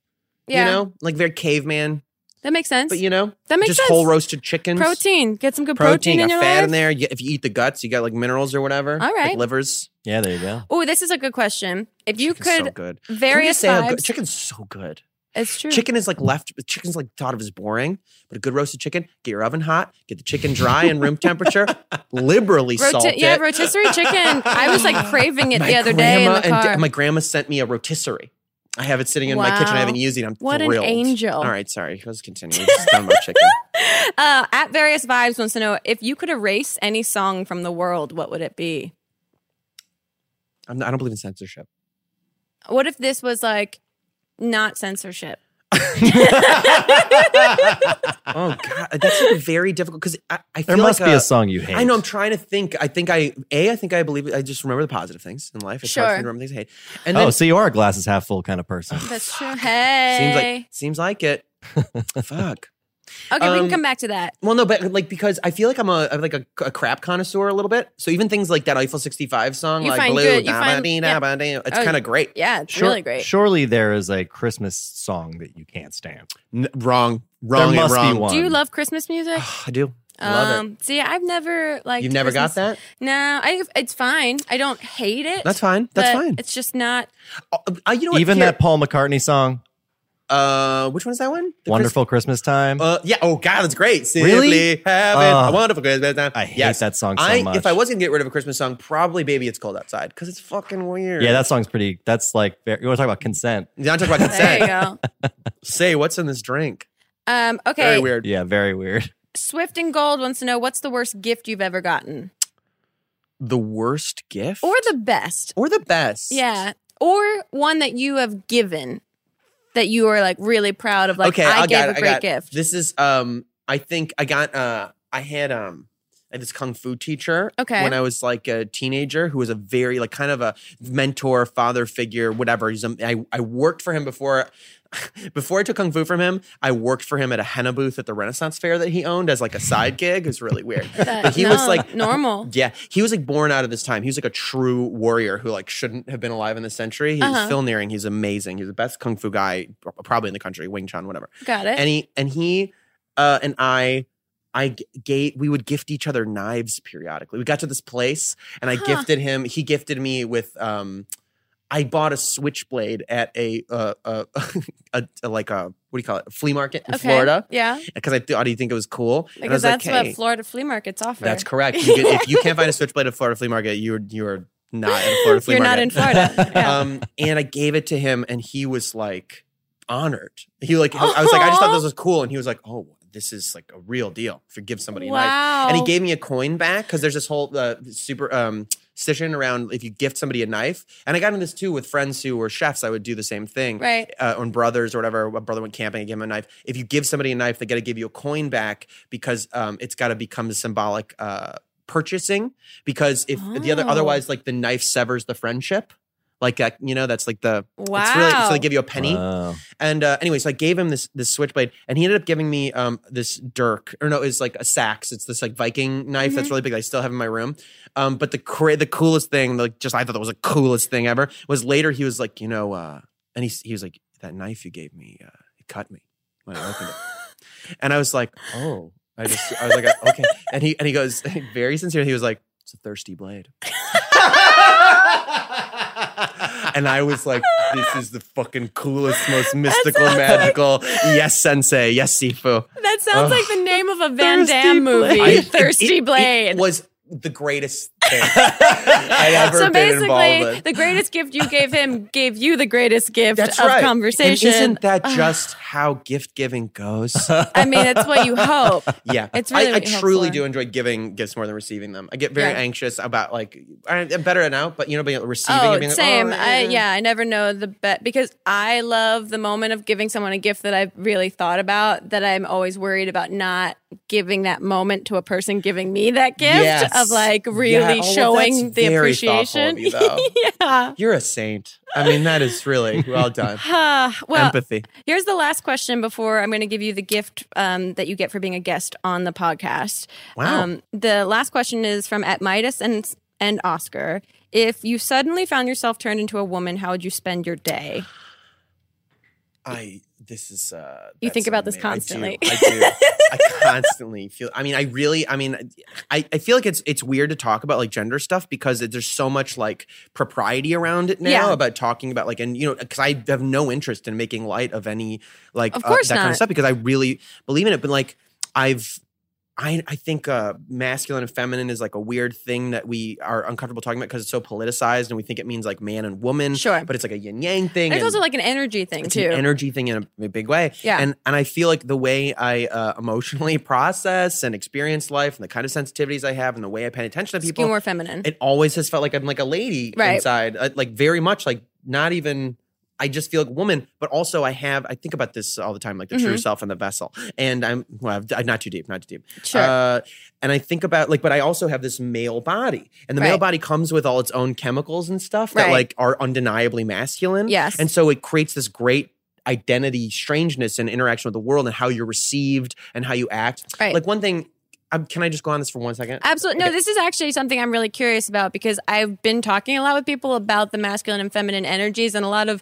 yeah, you know, like very caveman, that makes sense. but you know, that makes just sense. whole roasted chickens, protein. Get some good protein, protein, you in got your fat life. in there. You- If you eat the guts, you got like minerals or whatever. All right. like livers. Yeah, there you go. Oh, this is a good question. If you Chicken's could so good. Can we various just say how good- vibes, Chicken's so good. it's true. Chicken is like left. Chicken's like thought of as boring, but a good roasted chicken. Get your oven hot. Get the chicken dry and room temperature. liberally Roti- salt yeah, it. rotisserie chicken. I was like craving it My the other day in grandma the and- car. my grandma sent me a rotisserie. I have it sitting in my kitchen. I Wow. haven't used it. I'm What an thrilled. angel. All right, sorry. Let's continue. This is done with chicken. uh, at various vibes wants to know if you could erase any song from the world, what would it be? I'm not, I don't believe in censorship. What if this was like not censorship? Oh God, that's like very difficult because I, I feel There must like be a, song you hate. I know. I'm trying to think. I think I a. I think I believe. I just remember the positive things in life. It's hard for me Sure. to remember things I hate. And oh, then so you are a glasses half full kind of person. That's true. seems Hey, like seems like it. Fuck. okay, we um, can come back to that. Well, no, but like because I feel like I'm a I'm like a, a crap connoisseur a little bit. So even things like that Eiffel 65 song, You like find blue, good- you da find- ba dee yeah. da ba dee, it's Oh, kind of great. Yeah, it's Sure- really great. Surely there is a Christmas song that you can't stand. N- wrong, wrong, there and must wrong. be one. Do you love Christmas music? Um, I do. I love it. See, I've never like. You've never got that? No, I. It's fine. I don't hate it. That's fine. That's but fine. It's just not. Uh, uh, you know what? Even Here- that Paul McCartney song, Uh, which one is that one? The Chris- Wonderful Christmas Time. Uh, yeah. Oh God, that's great. Really? Simply having Uh, a wonderful Christmas time. I hate Yes. that song so I, much. If I was gonna get rid of a Christmas song, probably "Baby It's Cold Outside" because it's fucking weird. yeah, that song's pretty. That's like very, you want to talk about consent. Now talk about There you consent. go. Say what's in this drink. Um, okay. Very weird. Yeah, very weird. Swift and Gold wants to know what's the worst gift you've ever gotten, The worst gift, or the best. or the best. Yeah, or one that you have given that you are like really proud of. Like okay, I, I, gave got it. a I great got it. gift. This is um I think I got uh I had um I had this kung fu teacher Okay. when I was like a teenager who was a very like kind of a mentor, father figure, whatever. He's a, I, I worked for him before before I took kung fu from him, I worked for him at a henna booth at the Renaissance Fair that he owned as like a side gig. It was really weird. That- But he was no, like normal. Yeah, he was like born out of this time. He was like a true warrior who like shouldn't have been alive in this century. He was Uh-huh. Phil Nearing. He's amazing. He's the best kung fu guy probably in the country. Wing Chun, whatever. Got it. And he and he uh, and I, I g- gave we would gift each other knives periodically. We got to this place, and I Huh. gifted him. He gifted me with um, I bought a switchblade at a uh, uh, a, a like a what do you call it a flea market in okay. Florida Yeah, because I thought he'd think it was cool. and I because was like, that's "Hey, what Florida flea markets offer. that's correct. You could- if you can't find a switchblade at Florida flea market, you're you're not at a Florida flea You're market. not in Florida. Yeah. Um, and I gave it to him, and he was like honored. He like I was like I just thought this was cool, and he was like, oh, this is like a real deal. If you give somebody a knife, wow. and he gave me a coin back because there's this whole uh, super um session around if you gift somebody a knife, and I got into this too with friends who were chefs. I would do the same thing right. uh, on brothers or whatever. My brother went camping, I gave him a knife. If you give somebody a knife, they got to give you a coin back because um, it's got to become symbolic uh, purchasing. Because if the other, Oh. otherwise, like the knife severs the friendship. Like that, you know, that's like the Wow. it's really so they give you a penny. Wow. And uh, anyway, so I gave him this this switchblade, and he ended up giving me um this dirk or no, it's like a sax. It's this like Viking knife that's really big. That I still have in my room. Um, but the cra- the coolest thing, like just I thought that was the coolest thing ever was later he was like, you know, uh, and he s- he was like that knife you gave me, uh, it cut me when I opened it, and I was like, oh, I just I was like okay, and he and he goes very sincere. He was like, it's a thirsty blade. and I was like, "This is the fucking coolest, most mystical, magical." yes, Sensei. Yes, Sifu. That sounds like the name of a Van Thirsty Damme movie, I- it- it- Thirsty it Blade. was the greatest thing I'd ever so been involved basically, with. the greatest gift you gave him gave you the greatest gift That's of right. And conversation. isn't that just how gift giving goes? I mean, it's what you hope. yeah, It's really I, I what you hope truly for. do enjoy giving gifts more than receiving them. I get very Yeah. anxious about like I- I'm better now, but you know, being able- receiving. Oh, and being same. Like, oh, I, yeah, I never know the bet because I love the moment of giving someone a gift that I've really thought about. That I'm always worried about not giving that moment to a person giving me that gift Yes. of like Yeah. really Oh, well, showing that's the very thoughtful appreciation. of you, though. yeah. You're a saint. I mean, that is really well done. Huh. well, Empathy. Here's the last question before I'm going to give you the gift um, that you get for being a guest on the podcast. Wow. Um, the last question is from at Midas and and Oscar. If you suddenly found yourself turned into a woman, how would you spend your day? I this is uh You that's think about this amazing. I do, constantly. I do. I constantly feel I mean I really I mean I, I feel like it's it's weird to talk about like gender stuff because it, there's so much like propriety around it now Yeah. about talking about like and you know cuz I have no interest in making light of any like uh, Of course that kind of not. stuff because I really believe in it but like I've I, I think uh, masculine and feminine is like a weird thing that we are uncomfortable talking about because it's so politicized and we think it means like man and woman. Sure. But it's like a yin yang thing. It's and- also like an energy thing it's too. an energy thing in a, a big way. Yeah. And and I feel like the way I uh, emotionally process and experience life and the kind of sensitivities I have and the way I pay attention to Skew people, more feminine. it always has felt like I'm like a lady Right. inside, uh, like very much like not even. I just feel like a woman, but also I have. I think about this all the time, like the Mm-hmm. true self and the vessel. And I'm well, I'm not too deep, not too deep. Sure. Uh, and I think about like, but I also have this male body, and the male Right. body comes with all its own chemicals and stuff that Right. like are undeniably masculine. Yes. And so it creates this great identity strangeness and interaction with the world and how you're received and how you act. Right. Like one thing, um, can I just go on this for one second? Absolutely. No, Okay. this is actually something I'm really curious about because I've been talking a lot with people about the masculine and feminine energies and a lot of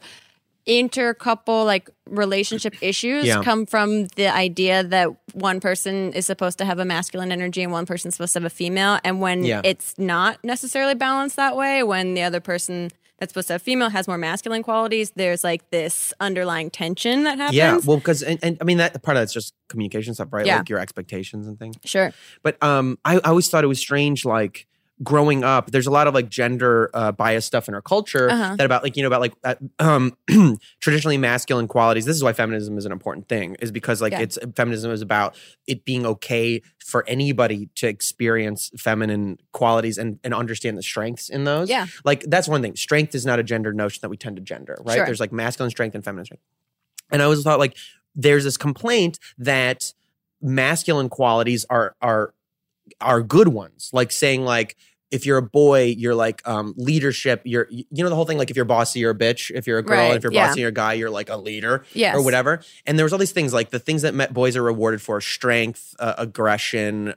intercouple like relationship issues Yeah. come from the idea that one person is supposed to have a masculine energy and one person's supposed to have a female and when Yeah. it's not necessarily balanced that way when the other person that's supposed to have female has more masculine qualities there's like this underlying tension that happens Yeah, well, because and, and I mean that part of that's just communication stuff, right? Yeah. Like your expectations and things. sure But um, I, I always thought it was strange, like growing up. There's a lot of like gender uh, bias stuff in our culture Uh-huh. that about like you know about like uh, um, traditionally masculine qualities. This is why feminism is an important thing, is because like Yeah. it's feminism is about it being okay for anybody to experience feminine qualities and and understand the strengths in those. Yeah. like that's one thing. Strength is not a gender notion that we tend to gender, right? Sure. There's like masculine strength and feminine strength. And I always thought like there's this complaint that masculine qualities are are are good ones like saying like if you're a boy you're like um leadership you're you know the whole thing like if you're bossy you're a bitch if you're a girl Right, if you're yeah. bossy you're a guy you're like a leader yes or whatever and there was all these things like the things that met boys are rewarded for strength uh, aggression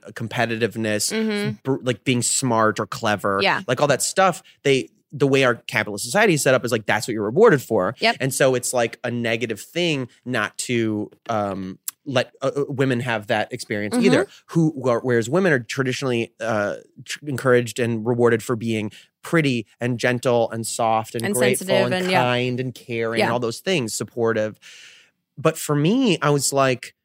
competitiveness Mhm. br- like being smart or clever Yeah. like all that stuff they the way our capitalist society is set up is like that's what you're rewarded for Yep. and so it's like a negative thing not to um let uh, uh, women have that experience Mhm. either who wh- whereas women are traditionally uh, tr- encouraged and rewarded for being pretty and gentle and soft and, And grateful sensitive and, and- yeah. kind and caring and Yeah. all those things supportive but for me i was like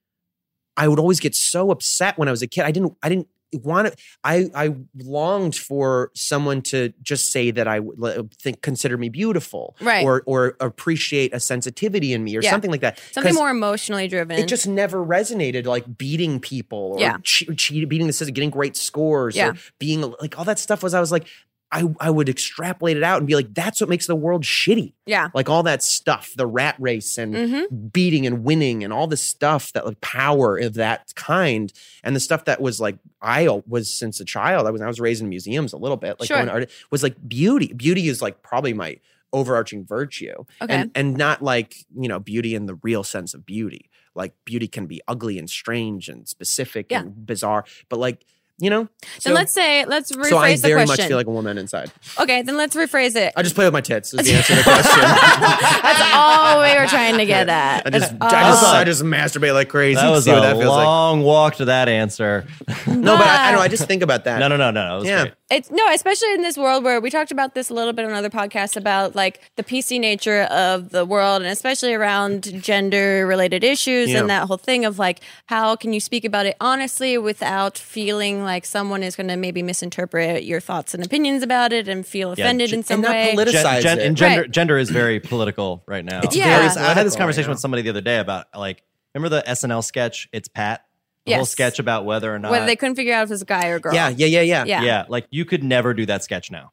i would always get so upset when i was a kid i didn't i didn't want to i i longed for someone to just say that i would like, think consider me beautiful Right. or or appreciate a sensitivity in me or Yeah. something like that something 'Cause more emotionally driven it just never resonated like beating people or Yeah. che- che- beating the system getting great scores Yeah. or being like all that stuff was i was like I, I would extrapolate it out and be like that's what makes the world shitty yeah like all that stuff the rat race and mm-hmm. beating and winning and all this stuff that like power of that kind and the stuff that was like I was since a child I was I was raised in museums a little bit like Sure. going to art was like beauty beauty is like probably my overarching virtue Okay. and and not like you know beauty in the real sense of beauty like beauty can be ugly and strange and specific Yeah. and bizarre but like you know Then let's say let's rephrase so I the very much question. feel like a woman inside okay, then let's rephrase it. I just play with my tits is the answer to the question That's all we were trying to get at. I just, I That's just all. I just masturbate like crazy That to was see a what that feels like long walk to that answer. No, but I, I don't know. I just think about that. No, no, no, no. no. It was Yeah. great. It's no, especially in this world where we talked about this a little bit on other podcasts about like the PC nature of the world and especially around gender related issues Yeah. and that whole thing of like how can you speak about it honestly without feeling like someone is going to maybe misinterpret your thoughts and opinions about it and feel offended in some and not way. politi- Criticize it. and gender Right. gender is very political right now. It's Yeah. very I had this political conversation right now. with somebody the other day about like remember the SNL sketch? It's Pat. The whole Yes. sketch about whether or not whether they couldn't figure out if it was a guy or a girl. Yeah, yeah, yeah, yeah. Yeah. yeah. like you could never do that sketch now.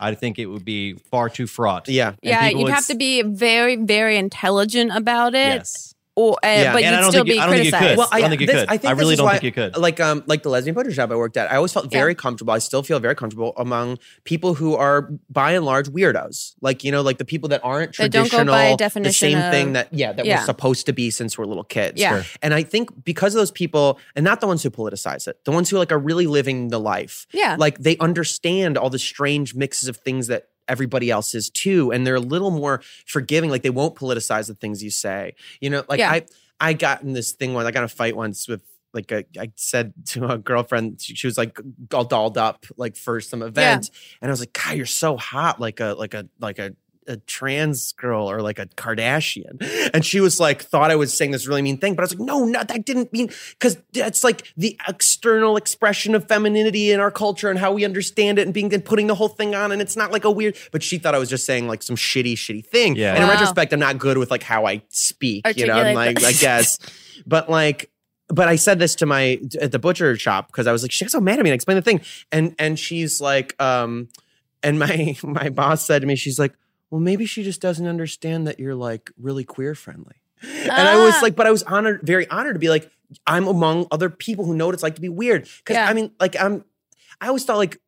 I think it would be far too fraught. Yeah. And Yeah, people you'd would have s- to be very, very intelligent about it, Yes. or uh, Yeah. but And I you'd don't still think you- be I don't think you could. criticized. Well, I don't think you could. I this really is don't why- think you could. Like um, like the lesbian butcher shop I worked at, I always felt very comfortable. I still feel very comfortable among people who are by and large weirdos. Like you know, like the people that aren't That don't go traditional. by the definition same of- thing that yeah that Yeah. we're supposed to be since we're little kids. Yeah. Sure. And I think because of those people, and not the ones who politicize it, the ones who like are really living the life. Yeah. Like they understand all the strange mixes of things that everybody else is too and they're a little more forgiving like they won't politicize the things you say you know like Yeah. i I got in this thing once. I got in a fight once with like a, I said to a girlfriend, she, she was like all dolled up like for some event, and I was like, "God, you're so hot, like a like a like a." A trans girl or like a Kardashian, and she was like, thought I was saying this really mean thing, but I was like, no, no, that didn't mean because that's like the external expression of femininity in our culture and how we understand it and being and putting the whole thing on, and it's not like a weird. But she thought I was just saying like some shitty, shitty thing. Yeah. And in Wow. retrospect, I'm not good with like how I speak you know, I'm Articulate like, the- I guess. But like, but I said this to my at the butcher shop because I was like, she got so mad at me. And I explained the thing, and and she's like, um, and my my boss said to me, she's like, well, maybe she just doesn't understand that you're like really queer friendly. And I Ah. was like, but I was honored, very honored to be like, I'm among other people who know what it's like to be weird. Because Yeah. I mean, like, I'm, I always thought like,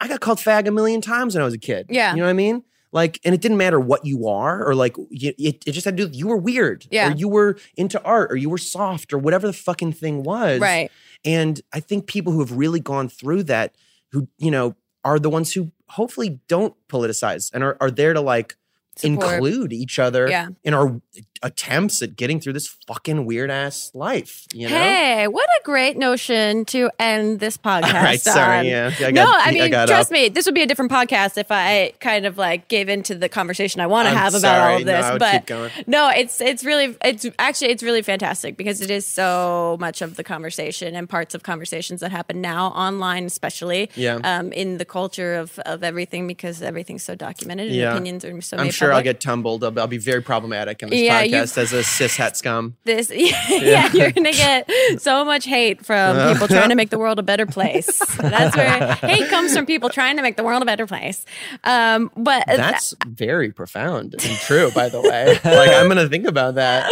I got called fag a million times when I was a kid. Yeah. you know what I mean. Like, and it didn't matter what you are, or like, you, it, it just had to do. You were weird, Yeah. or you were into art, or you were soft, or whatever the fucking thing was. right. And I think people who have really gone through that, who you know, are the ones who hopefully don't politicize and are are there to like Support. include each other Yeah. in our attempts at getting through this fucking weird ass life. You know. Hey, what a great notion to end this podcast. All right, on. sorry. Yeah, I no, got- I mean, got trust up. me, this would be a different podcast if I kind of like gave into the conversation I want to I'm have about all sorry. of No, this. I would but keep going. no, it's it's really it's actually it's really fantastic because it is so much of the conversation and parts of conversations that happen now online, especially Yeah. um, in the culture of of everything because everything's so documented and Yeah. opinions are so. I'm made sure I'll public. get tumbled. I'll, I'll be very problematic in this Yeah, you- podcast as a cis het scum. this yeah, you're gonna get so much hate Uh-huh. from people trying to make the world a better place that's where hate comes from people trying to make the world a better place um but That's very profound and true, by the way. like I'm gonna think about that. uh,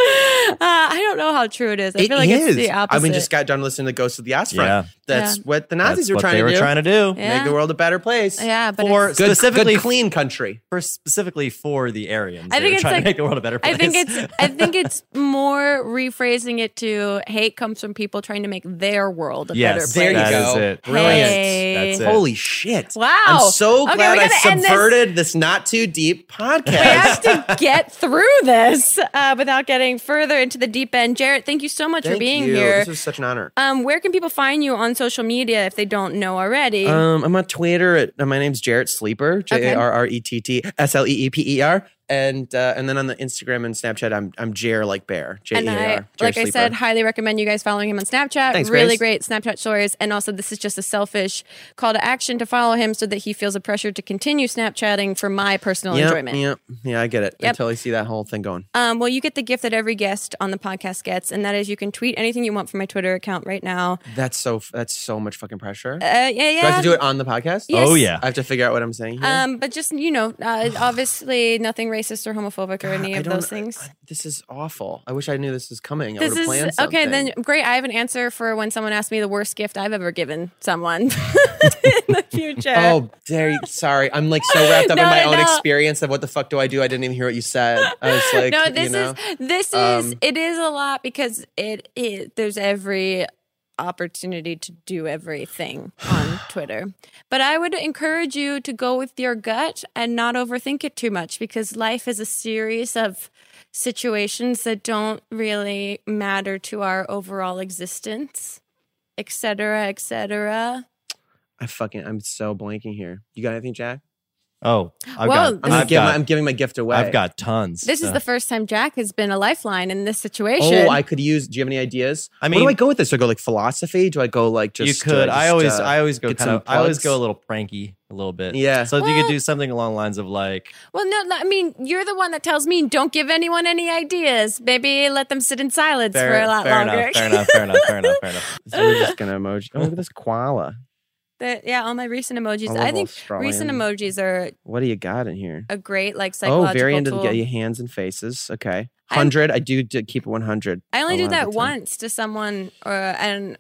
i don't know how true it is i It feel like it's is. the opposite I mean, just got done listening to Ghosts of the Osprey. Yeah. That's Yeah. what the That's Nazis were what trying they to were do. trying to do. Yeah. Make the world a better place. yeah but For- it's, Good, Specifically- good, clean country. For specifically for the Aryans. I I think think it's trying like- to make the world a better place. i think it's i think it's more rephrasing it to hate comes from people trying to make their world a better yes. place There you that go. is it. Brilliant. Hey. That's it. Holy shit. Wow. I'm so Okay, glad we I gotta end this. subverted this. not too deep we have podcast. to get through this uh, without getting further into the deep end. Jarrett, thank you so much Thank for being you. here. This was such an honor. Um, where can people find you on social media if they don't know already? Um, I'm on Twitter. At, uh, my name's Jarrett Sleeper, J A R R E T T S L E E P E R, and uh, and then on the Instagram and Snapchat, I'm I'm Jer like bear, J and E A R. I, Jer like I Sleeper. said, highly recommend you guys following him on Snapchat. Thanks, really Grace. great Snapchat stories. And also, this is just a selfish call to action to follow him so that he feels a pressure to continue Snapchatting for my personal Yep, enjoyment. yep, yeah, I get it. I Yep. totally see that whole thing going. Um, well, you get the gift that every guest on the podcast gets, and that is you can tweet anything you want from my Twitter account right now. That's so f- that's so much fucking pressure. Uh, yeah, yeah. Do I have to do it on the podcast? Yes. Oh yeah. I have to figure out what I'm saying. Here. Um, but just you know, uh, obviously nothing racist or homophobic or any I of don't- those things. I- this is awful. I wish I knew this was coming. I this would have planned is something. okay. Then great. I have an answer for when someone asks me the worst gift I've ever given someone in the future. Oh, dare you- sorry. I'm like so wrapped up uh, No, in my no, own no. experience of what the fuck do I do? I didn't even hear what you said. I was like, no, you this know. is this is um, it is a lot because it, it there's every opportunity to do everything on Twitter. But I would encourage you to go with your gut and not overthink it too much because life is a series of situations that don't really matter to our overall existence, et cetera, et cetera. I fucking I'm so blanking here. You got anything, Jack? Oh, Well, I've got, I'm, this not I've, is- giving, got my, I'm giving my gift away. I've got tons. This is Uh, the first time Jack has been a lifeline in this situation. Oh, I could use. Do you have any ideas? I where do I mean- go with this? Do I go like philosophy? Do I go like just? you could. uh, I just, always, uh, I always go get kind some of. I always plugs? go a little pranky, a little bit. Yeah. So you Well- could do something along the lines of like, well, no, no, I mean, you're the one that tells me don't give anyone any ideas. Maybe let them sit in silence for a lot fair longer. enough, fair enough, fair enough, fair enough, fair enough. So we're just gonna emoji. Oh, look at this koala. That- yeah, all my recent emojis. love I, think Australian. recent emojis are What do you got in here? a great like Oh, psychological very into tool. the yeah, hands and faces. Okay, I'm- hundred. I do, d keep it one hundred. I only a do lot of that the time. once to someone, or, and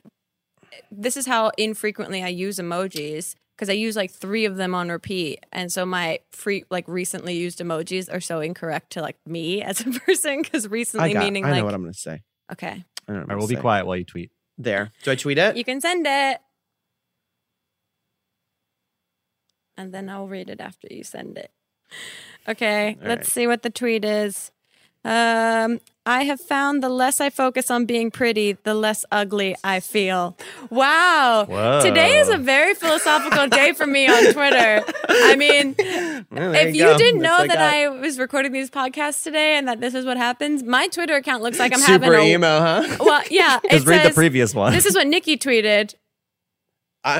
this is how infrequently I use emojis because I use like three of them on repeat, and so my free like recently used emojis are so incorrect to like me as a person because I recently got. meaning I know like what I'm gonna say. okay, I know what I'm All right, gonna we'll be say. quiet while you tweet. There. Do I tweet it? you can send it, and then I'll read it after you send it. Okay, All let's right. see what the tweet is. Um, I have found the less I focus on being pretty, the less ugly I feel. Wow. Whoa. Today is a very philosophical day for me on Twitter. I mean, Well, there if you, you go. didn't know That's what I that I was recording these podcasts today and that this is what happens, my Twitter account looks like I'm Super having a emo, huh? well, yeah. It Just read the says, previous one. this is what Nikki tweeted. Oh.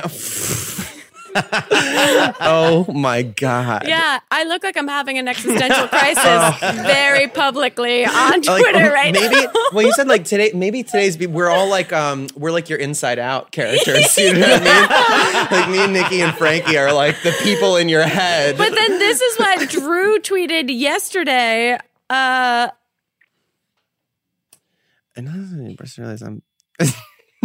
I- oh my god. Yeah, I look like I'm having an existential crisis very publicly on I Oh. like- Twitter right now. maybe well you said like today maybe today's be, we're all like um we're like your inside out characters you know what I mean like me and Nikki and Frankie are like the people in your head But then this is what Drew tweeted yesterday. Uh, and I just realized I'm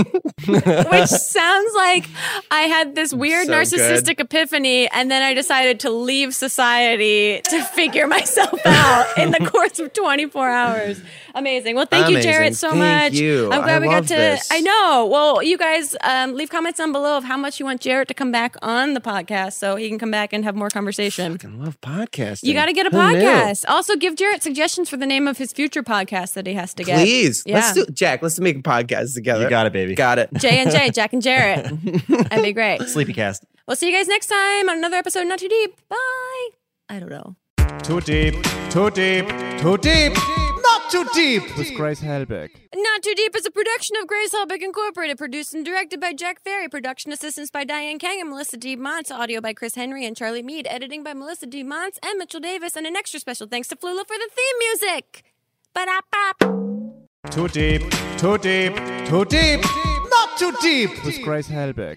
which sounds like I had this weird So narcissistic epiphany, and then I decided to leave society to figure myself out in the course of 24 hours. Amazing. Well, thank you, Amazing. Jarrett, so Thank much. you. I'm glad I we love got to. this. I know. Well, you guys, um, leave comments down below of how much you want Jarrett to come back on the podcast so he can come back and have more conversation. I love podcasting You got to get a Who knew? podcast. Also, give Jarrett suggestions for the name of his future podcast that he has to get. please Yeah. let's do Jack let's make a podcast together you got it, baby. got it J and J, Jack and Jarrett. That'd be great. Sleepy cast. We'll see you guys next time on another episode of Not Too Deep. Bye. I don't know. Too deep, too deep, too deep, not too deep. With Grace Helbig. Not Too Deep is a production of Grace Helbig Incorporated, produced and directed by Jack Ferry, production assistance by Diane Kang and Melissa D. Montz, audio by Chris Henry and Charlie Mead, editing by Melissa D. Montz and Mitchell Davis, and an extra special thanks to Flula for the theme music. Ba-da-ba. Too deep, too deep, too deep, not too deep. With Grace Helbig.